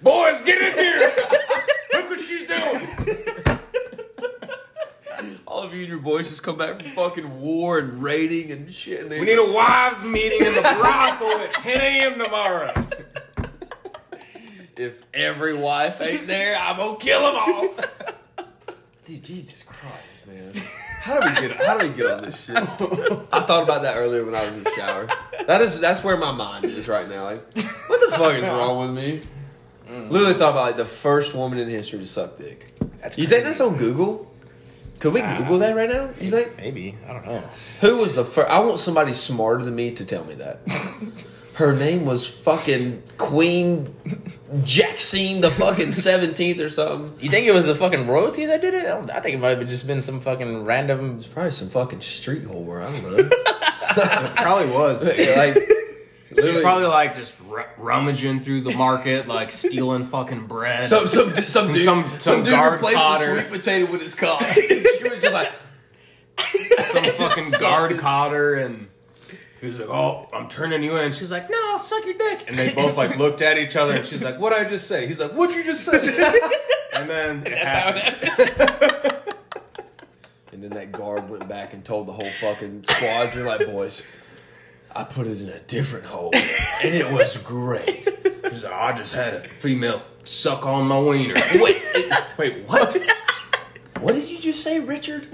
C: Boys, get in
D: <laughs>
C: here. Look what she's doing.
A: All of you and your boys just come back from fucking war and raiding and shit. And they,
C: We need a wives meeting in the brothel at 10 a.m. tomorrow.
A: if every wife ain't there, I'm gonna kill them all. Dude, Jesus Christ, man. <laughs> How do we get? How do we get on this <laughs> shit? I thought about that earlier when I was in the shower. That is, that's where my mind is right now. Like, what the fuck is wrong with me? Literally thought about like the first woman in history to suck dick.
D: That's
A: You think that's on Google? Could we Google that right now? You think?
D: Maybe. I don't know.
A: Who was the first? I want somebody smarter than me to tell me that. <laughs> Her name was fucking Queen Jaxine the fucking seventeenth or something.
D: You think it was the fucking royalty that did it? I, don't, I think it might have just been some fucking random.
A: Probably some fucking street whore. I don't know.
B: <laughs> Probably
A: <laughs>
B: was.
A: like,
B: She's
A: literally,
B: probably like just r- rummaging through the market, like stealing fucking bread. <laughs>
A: some some du- some dude
B: Some-
A: some,
B: some
A: dude
B: guard
A: replaced
B: cotter.
A: the sweet potato with his <laughs>
B: <laughs>
A: cock. she was just like,
B: some fucking guard caught her and he was like, "Oh, I'm turning you in." She's like, "No, I'll suck your dick." And they both like looked at each other, and she's like, "What would I just say?" He's like, "What'd you just say?" and then it happened.
A: and then that guard went back and told the whole fucking squadron, like, boys, I put it in a different hole, and it was
B: <laughs>
A: great.
B: He's like, "I just had a female suck on my wiener."
A: Wait,
B: <laughs> Wait, what?
A: what did you just say, Richard?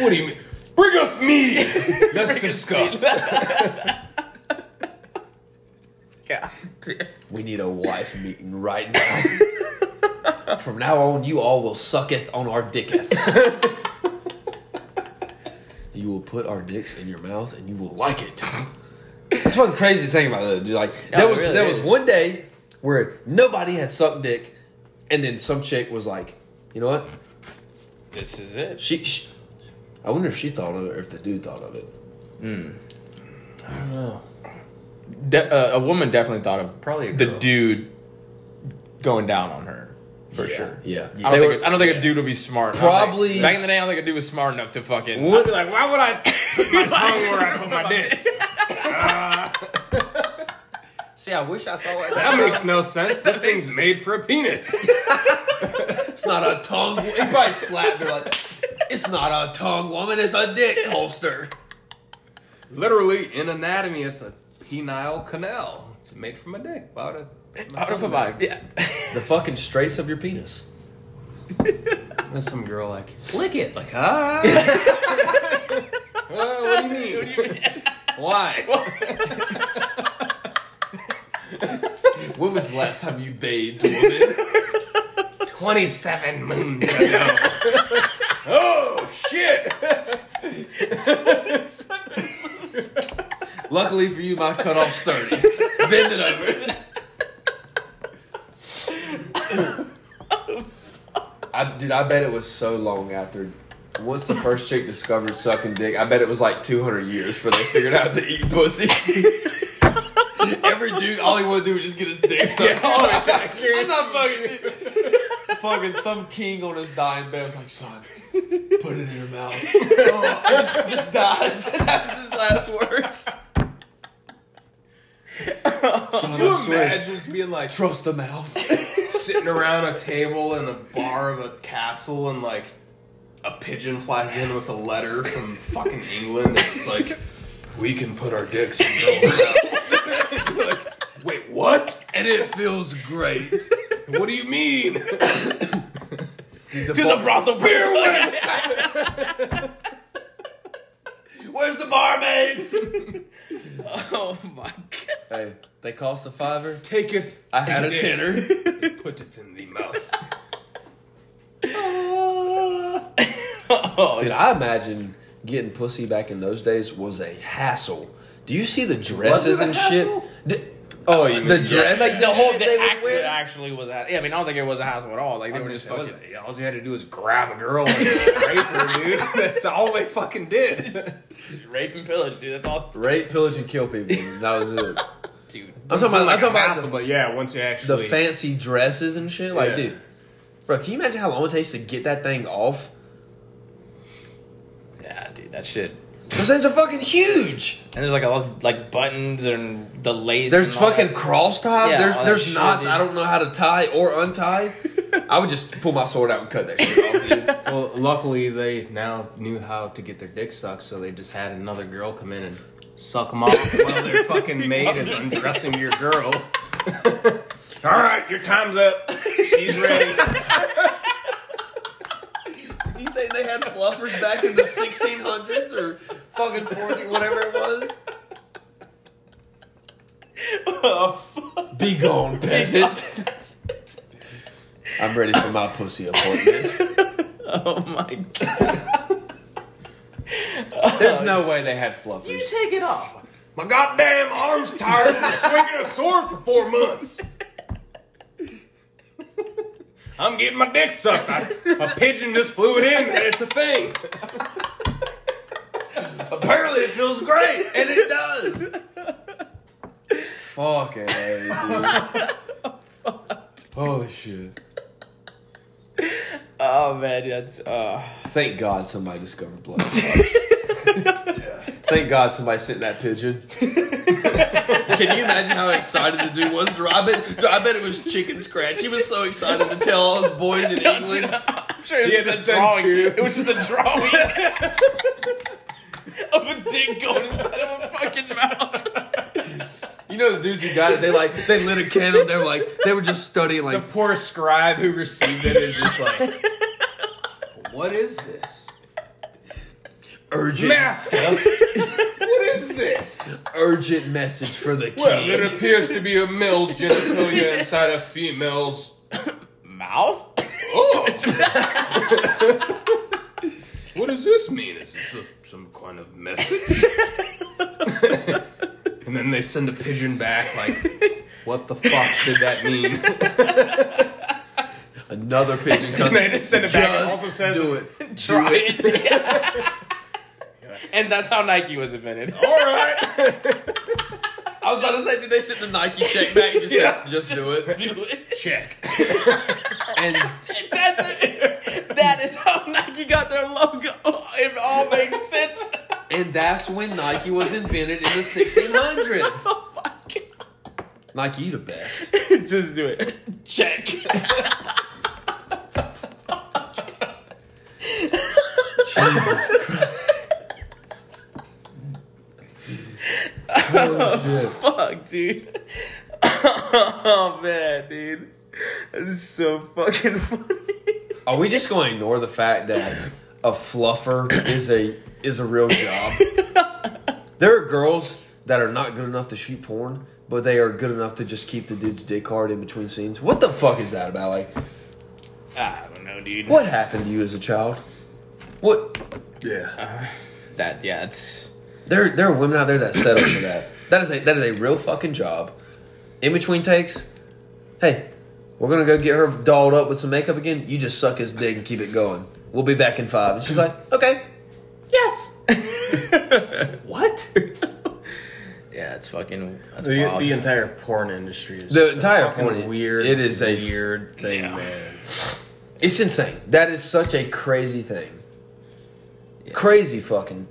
B: What do you mean? Bring us me.
D: <laughs>
B: Let's discuss.
D: Yeah.
A: We need a wife meeting right now. <laughs> From now on, you all will sucketh on our dickeths. <laughs> you will put our dicks in your mouth, and you will like it. That's one crazy thing about it. dude. Like
D: it
A: there was
D: really
A: there
D: is.
A: was one day where nobody had sucked dick, and then some chick was like, "You know what?
D: This is it.
A: She." she I wonder if she thought of it or if the dude thought of it.
D: De- uh, a woman definitely thought of
B: Probably a
D: the
B: girl.
D: dude going down on her for sure.
A: Yeah.
D: I
A: They
D: don't,
A: were-
D: think, I don't think a dude would be smart. I don't
A: Probably-
D: think- back in the day, I don't think a dude was smart enough to fucking.
A: Once-
B: Like, why would <laughs> I put my tongue where I put my dick?
A: See, I wish I <laughs> thought like
B: That makes no sense. This thing's made for a penis.
A: It's not a tongue. He probably slapped her like, "It's not a tongue, woman. It's a dick holster."
B: <laughs> Literally in anatomy, it's a penile canal. It's made from a dick. Why would I?
D: Out of a vibe. Yeah.
A: The fucking straights of your penis.
B: There's some girl like lick it, like
D: <laughs>
B: ah. uh, Oh, <laughs> what do you mean? <laughs> Why?
A: When was the last time you bathed, woman?
B: Twenty-seven moons <laughs> ago. oh shit!
E: Luckily for you, my cutoff's
A: <laughs>
E: thirty. Bend it over.
A: <laughs> I, dude, I bet it was so long after. Once the first chick discovered sucking dick, I bet it was like 200 years before they figured out to eat pussy. <laughs>
E: Every dude, all he wanted to do was just get his dick sucked. I'm <laughs> not fucking. fucking some king on his dying bed was like, son, put it in her mouth. Oh, just dies. that was his last words.
B: Could you imagine just being like trust the mouth, sitting around a table in a bar of a castle, and like a pigeon flies in with a letter from fucking England, and it's like we can put our dicks in girls' mouths." You're <laughs> like, Wait, what? And it feels great. What do you mean?
A: Dude, the
E: To
A: bar-
E: the brothel pier.
B: Where's the barmaids?
C: Oh my god.
A: hey, they cost a fiver.
B: Taketh.
A: I had a
C: <laughs>
A: tenner.
B: Put it in the mouth.
C: Oh,
D: <laughs> Oh,
A: Dude, I imagine getting pussy back in those days was a hassle. Do you see the dresses
B: Was it a
A: and
B: hassle?
A: shit? D- oh, you the
E: mean-
A: dresses.
C: like the whole
A: they
C: the
A: would
C: act,
A: wear.
C: it actually was. A, yeah, I mean, I don't think it was a hassle at all. Like they were just fucking.
B: all you had to do was grab a girl and rape her, dude. <laughs> That's all they fucking did.
C: Rape and pillage, dude. That's all, <laughs>
A: Rape, pillage, and kill people. That was it. I'm
C: dude.
A: talking about. I'm talking about
B: Possible, yeah. Once you
A: the,
B: actually
A: the fancy dresses and shit. Like,
B: Yeah.
A: dude, bro, can you imagine how long it takes to get that thing off?
C: Yeah, dude. That shit.
A: Those things are fucking huge.
C: And there's like a lot of, like buttons and the lace.
A: There's
C: and all
A: fucking
C: that.
A: cross ties.
C: Yeah, all
A: there's
C: that
A: there's
C: shit,
A: knots.
C: dude.
A: I don't know how to tie or untie. I would just pull my sword out and cut that shit off. Dude.
F: Well, luckily they now knew how to get their dick sucked, so they just had another girl come in and suck
C: <laughs>
F: them off while their
B: <laughs>
F: fucking maid is undressing your girl.
B: All right, your time's up. She's ready.
A: You think they had fluffers back in the 1600s or fucking 40, whatever it was?
C: Oh,
A: Be gone, peasant. I'm ready for my pussy appointment.
C: <laughs> Oh my god. <laughs> Oh,
A: There's no way they had fluffers.
C: Take it off.
B: My goddamn arm's tired from swinging a sword for four months. I'm getting my dick sucked. I, a pigeon just flew it in, and it's a thing.
A: Apparently, it feels great, and it does. Fucking A, dude. Holy shit.
C: Oh man, dude, that's uh.
A: Thank God somebody discovered <laughs> blood. Thank God somebody sent that pigeon. Can you imagine how excited the dude was? I bet, I bet it was chicken scratch. He was so excited to tell all his boys in England.
C: I'm sure it was
B: Yeah, the
C: just a
B: sun
C: drawing.
B: too.
C: It was just a drawing <laughs> of a dick going inside of a fucking mouth.
A: You know the dudes who got it. They like they lit a candle. They were like they were just studying. Like
F: Poor scribe who received it is just like, what is this?
A: urgent,
B: Master, <laughs> what is this?
A: urgent message for the king.
B: Well, it appears to be a male's <laughs> genitalia inside a female's.
C: Mouth?
B: <laughs> Oh. what does this mean? Is this a, some kind of message? and then they send a pigeon back, like, what the fuck did that mean?
A: Another
B: <laughs>
A: pigeon comes.
B: they just send it back and also says
A: do
B: it's-
A: it.
C: Try it. and that's how Nike was invented.
B: <laughs> All right.
A: I was about to say, did they send the Nike check back and just
B: Yeah.
A: say, just do it?
B: <laughs>
C: Do it.
B: Check.
A: And
C: That's it. That is how Nike got their logo. It all makes sense.
A: and that's when Nike was invented in the 1600s.
C: <laughs> Oh my god.
A: Nike, you the best.
C: <laughs> Just do it. Check.
A: Jesus
C: Oh,
A: Christ.
C: Fuck, dude. oh man, dude. That is so fucking funny.
A: Are we just going to ignore the fact that a fluffer is a is a real job? there are girls that are not good enough to shoot porn, but they are good enough to just keep the dude's dick hard in between scenes. What the fuck is that about? Like,
C: I don't know, dude.
A: what happened to you as a child? What? Yeah.
C: That yeah, it's
A: there there are women out there that settle for that. That is a that is a real fucking job. In between takes, hey, we're gonna go get her dolled up with some makeup again. You just suck his dick and keep it going. We'll be back in five. And she's like, okay, yes. what?
C: Yeah, it's fucking. That's
B: The,
C: wild.
B: the entire porn industry is
A: The
B: just a
A: entire
B: fucking
A: porn-
B: weird.
A: it is a-
B: weird thing,
C: Yeah.
B: man.
A: It's insane. That is such a crazy thing. Crazy fucking.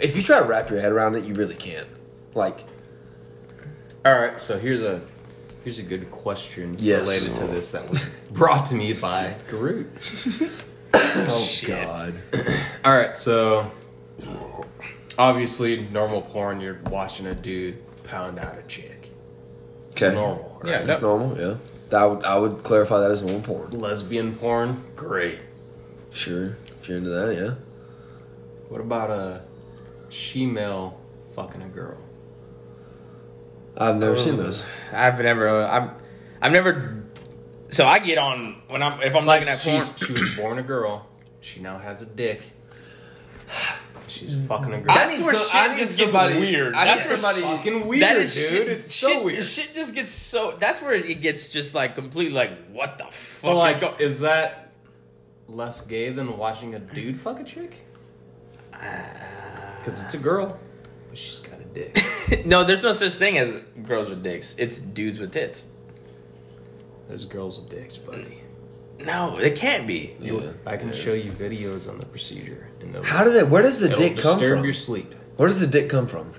A: If you try to wrap your head around it, you really can't. Like,
B: All right, so here's a here's a good question
A: Yes.
B: related to this that was brought to me <laughs> by Garut.
A: oh god.
B: All right, so obviously normal porn, you're watching a dude pound out a chick.
A: Okay.
B: Normal. right?
G: Yeah,
A: That's normal. Yeah. That would, I would clarify that as normal porn.
B: Lesbian porn, great.
A: Sure. If you're into that, yeah.
B: What about a she-male fucking a girl?
A: I've never seen those.
G: I've never. uh, I've I've never.
C: so I get on when I'm if I'm looking at porn.
B: She's, she was born a girl. She now has a dick. She's fucking a girl.
C: I need That's where some- shit I need just gets somebody- weird. I need That's where somebody-
B: fucking weird,
C: That is
B: dude.
C: shit.
B: It's
C: shit,
B: so weird.
C: Shit just gets so. That's where it gets just like completely like what the fuck
B: But
C: is
B: like,
C: going.
B: is that less gay than watching a dude fuck a chick? Because it's a girl, but she's got a dick.
C: <laughs> No, there's no such thing as girls with dicks. It's dudes with tits.
B: There's girls with dicks, buddy.
C: No, it can't be.
A: Yeah.
B: I can show you videos on the procedure. And they'll-
A: How did that? Where does the
B: it'll
A: dick come
B: disturb
A: from?
B: your sleep.
A: Where does the dick come from?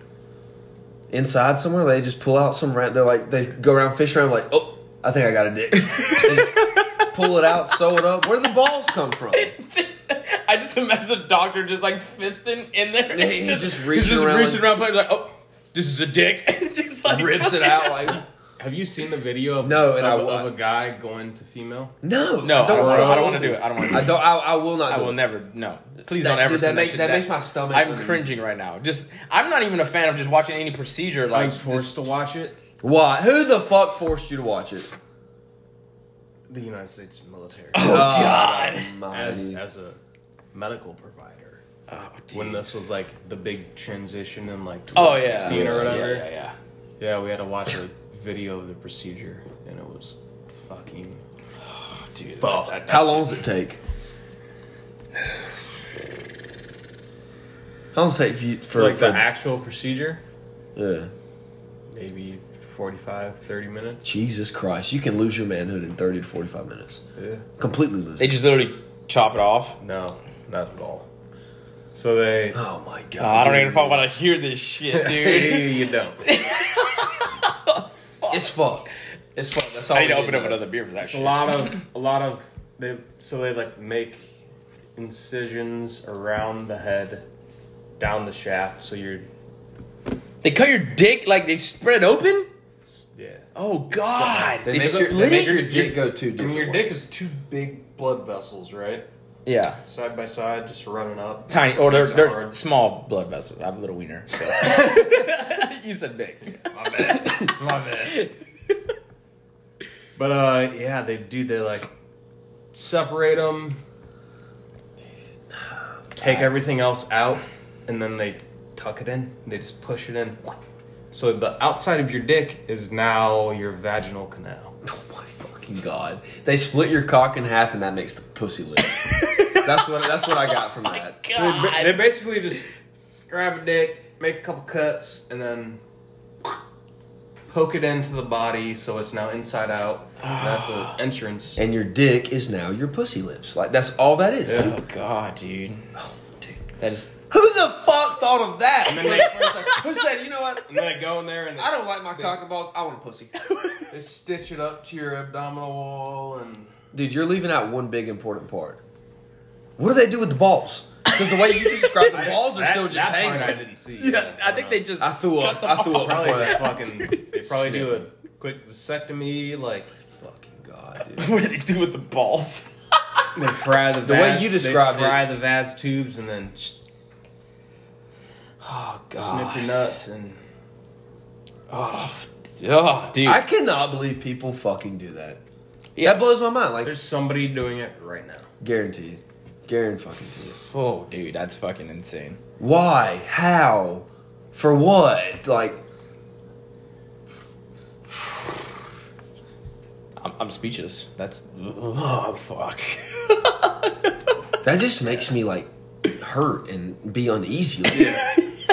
A: Inside somewhere? They just pull out some rat. They're like they go around fish around like, oh, I think I got a dick. <laughs> They just pull it out, sew it up. Where do the balls come from?
C: <laughs> I just imagine the doctor just like fisting in there. and
A: Yeah, he's just reaching
C: he's just
A: around
C: reaching
A: like-
C: around, like, like, oh, this is a dick. <laughs> just like
A: Rips
C: <laughs>
A: it out like
B: Have you seen the video of,
A: No, and
B: of,
A: I wa-
B: of a guy going to female?
A: no,
C: No, I don't,
A: wanna-
C: I don't want to do it. I don't want to.
A: I don't. I, I will not.
C: I
A: do
C: will
A: it.
C: never. No, please
A: That-
C: don't ever.
A: dude, that
C: send
A: make-
C: shit
A: that
C: back.
A: makes my stomach
C: I'm
A: uneasy.
C: cringing right now. Just, I'm not even a fan of just watching any procedure.
B: I
C: Like,
B: was forced to watch it.
A: Why? Who the fuck forced you to watch it?
B: The United States military,
A: Oh
C: God.
B: as as a medical provider,
C: oh, dude.
B: when this was like the big transition in like
C: oh yeah,
B: 2016 or whatever.
C: Yeah, yeah, yeah.
B: Yeah, we had to watch a video of the procedure, and it was fucking.
C: Dude, that-
A: Oh, How long does it take? How long does it take for you for,
B: Like the
A: for
B: actual procedure,
A: yeah.
B: maybe 45, 30 minutes.
A: Jesus Christ, you can lose your manhood in thirty to forty-five minutes.
B: Yeah.
A: Completely lose.
C: they
A: it.
C: just literally chop it off.
B: No, not at all. So <laughs> they.
A: oh my God!
C: I don't
A: dude.
C: even want to hear
B: <laughs>
C: this shit, dude.
B: you don't.
A: It's fucked. It's fucked. That's all.
C: I need
A: we
C: to open
A: did,
C: up
A: man.
C: another beer for that
B: a
C: shit.
B: lot of a lot of they. So they like make incisions around the head, down the shaft. So you're.
C: They cut your dick like they spread it open.
B: it's- Yeah.
C: Oh God!
A: They
C: They
A: make
C: split
A: your- they
C: it.
A: make your dick go two
B: I mean,
A: different.
B: your dick
A: ways.
B: is two big blood vessels, right?
C: yeah,
B: Side by side, just running up.
C: tiny. Oh, they're
B: It's
C: they're
B: hard.
C: small blood vessels. I have a little wiener.
A: <laughs>
C: so. <laughs> you said big.
B: My bad. My bad. But uh, yeah, they do. They like separate them, take everything else out, and then they tuck it in. They just push it in. So the outside of your dick is now your vaginal canal.
A: Oh my fucking god! They split your cock in half, and that makes the pussy
C: <laughs>
A: lips. that's what. That's what I got from that.
B: They, they basically just grab a dick, make a couple cuts, and then poke it into the body, so it's now inside out. That's <sighs> an entrance.
A: And your dick is now your pussy lips. Like that's all that is.
B: Yeah.
A: dude. Oh,
C: Oh God, dude.
A: dude.
C: That is.
A: Who the fuck thought of
C: <laughs>
A: that?
B: then
A: Who said, you know what?
B: <laughs> And then I go in there and
A: I don't like my cock and balls. I want a pussy.
B: They stitch it up to your abdominal wall and
A: Dude, you're leaving out one big important part. What do they do with the balls? Because the way you just described
B: <laughs>
A: the balls are
B: That-
A: still just
B: that part I
A: hanging.
B: didn't see.
C: Yeah, I think they just.
A: I threw up. I threw up
B: probably
A: before
B: just
A: that.
B: fucking. <laughs> They probably do a quick vasectomy, like
A: Fucking
B: <laughs>
A: god, dude.
C: <laughs> What do they do with the balls?
B: they fry the. The
A: way you described
B: they fry the vas tubes and then s-
C: Oh
B: snip your nuts and
C: Oh, d- oh, dude.
A: I cannot believe people fucking do that.
C: Yeah.
A: That blows my mind. Like,
B: there's somebody doing it right now.
A: guaranteed. Garen fucking did.
C: Oh, dude, that's fucking insane.
A: Why? How? For what? Like,
C: I'm, I'm speechless. That's oh fuck.
A: that just makes me like hurt and be
B: <laughs>
A: uneasy.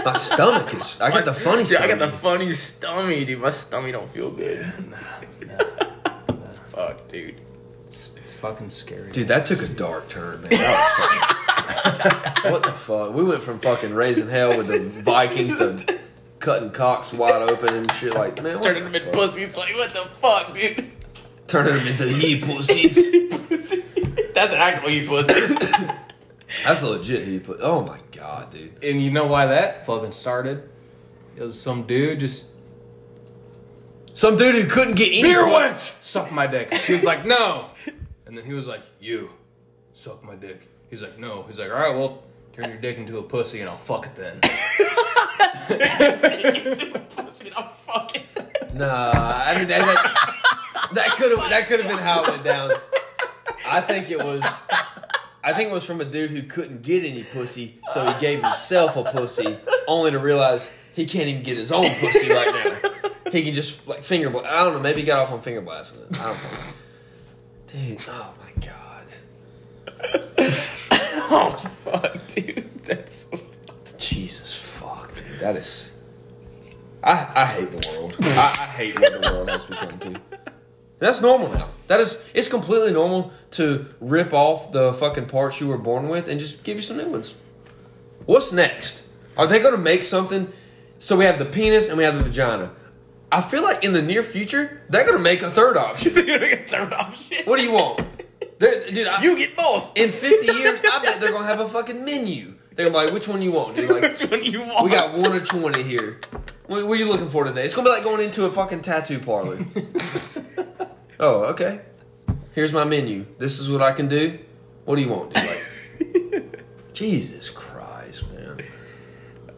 A: My stomach is. I got the funny
C: Dude, I
A: stomach.
C: got the funny stomach, dude. My stomach don't feel good.
B: <laughs>
C: Fuck, dude.
H: It's, it's fucking scary.
A: Dude, that took a dark turn, man. That was fucking- <laughs> what the fuck? We went from fucking raising hell with the Vikings to cutting cocks wide open and shit. Like, man, what
C: Turning
A: the
C: them into
A: fuck?
C: pussies. Like what the fuck, dude? <laughs>
A: Turning them into he pussies.
C: That's an actual you pussy. <laughs>
A: That's legit he pussy. Oh my god, dude.
H: And you know why that fucking started? It was some dude just
A: Some dude who couldn't get any.
H: beer wench, suck my dick. She was like, no. And then he was like, you, suck my dick. He's like, no. He's like, all right, well, turn your dick into a pussy and I'll fuck it then.
C: Into a pussy. I'm fucking. <laughs>
A: Nah, I mean, that, that could have that could have been how it went down. I think it was. I think it was from a dude who couldn't get any pussy, so he gave himself a pussy, only to realize he can't even get his own pussy right now. He can just like finger blast. I don't know. Maybe he got off on finger blasting. It. I don't know. Dude, oh my god,
C: Oh fuck, dude. That's so. <laughs>
A: Jesus fuck, dude, that is. I I hate the world. I, I hate what the world has become too. That's normal now. That is, it's completely normal to rip off the fucking parts you were born with and just give you some new ones. What's next? Are they going to make something? So we have the penis and we have the vagina. I feel like in the near future they're going to make a third option.
C: They're gonna get third option.
A: What do you want? They're, dude, I,
C: You get both.
A: in fifty years, I bet they're going to have a fucking menu. They're gonna be like, which one you want? Dude, like,
C: <laughs> Which one you want?
A: we got one or twenty here. What, what are you looking for today? It's gonna be like going into a fucking tattoo
C: <laughs>
A: parlor. oh, okay. Here's my menu. This is what I can do. What do you want? Dude? Like,
C: <laughs>
A: Jesus Christ, man.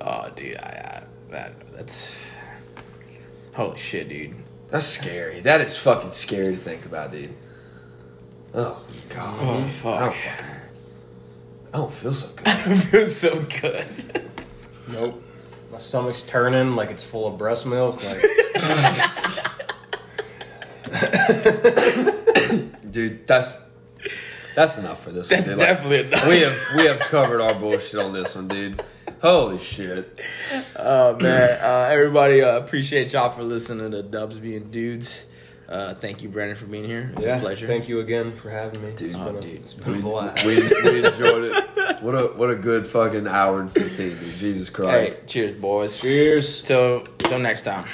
C: Oh, dude, I, I that, that's holy shit, dude.
A: That's scary. That is fucking scary to think about, dude. Oh God.
C: Oh
A: I
C: fuck,
A: don't fucking. I don't feel so good.
C: <laughs> it feels so good.
H: nope. My stomach's turning like it's full of breast milk. Like,
A: dude. That's that's enough for this.
C: That's
A: one, dude. Like,
C: definitely enough.
A: we have we have covered our bullshit on this one, dude. Holy shit.
C: Oh man, uh, everybody, uh, appreciate y'all for listening to Dubs being dudes. Uh, thank you, Brandon, for being here. It
H: <laughs>
C: was
H: yeah,
C: a pleasure.
H: thank you again for having me. It's
C: Oh,
H: been a-
C: dude.
H: it's been a blast.
A: We, we enjoyed it. What a what a good fucking hour and fifteen. dude. Jesus Christ.
C: Hey, cheers, boys.
H: Cheers.
C: Till till next time.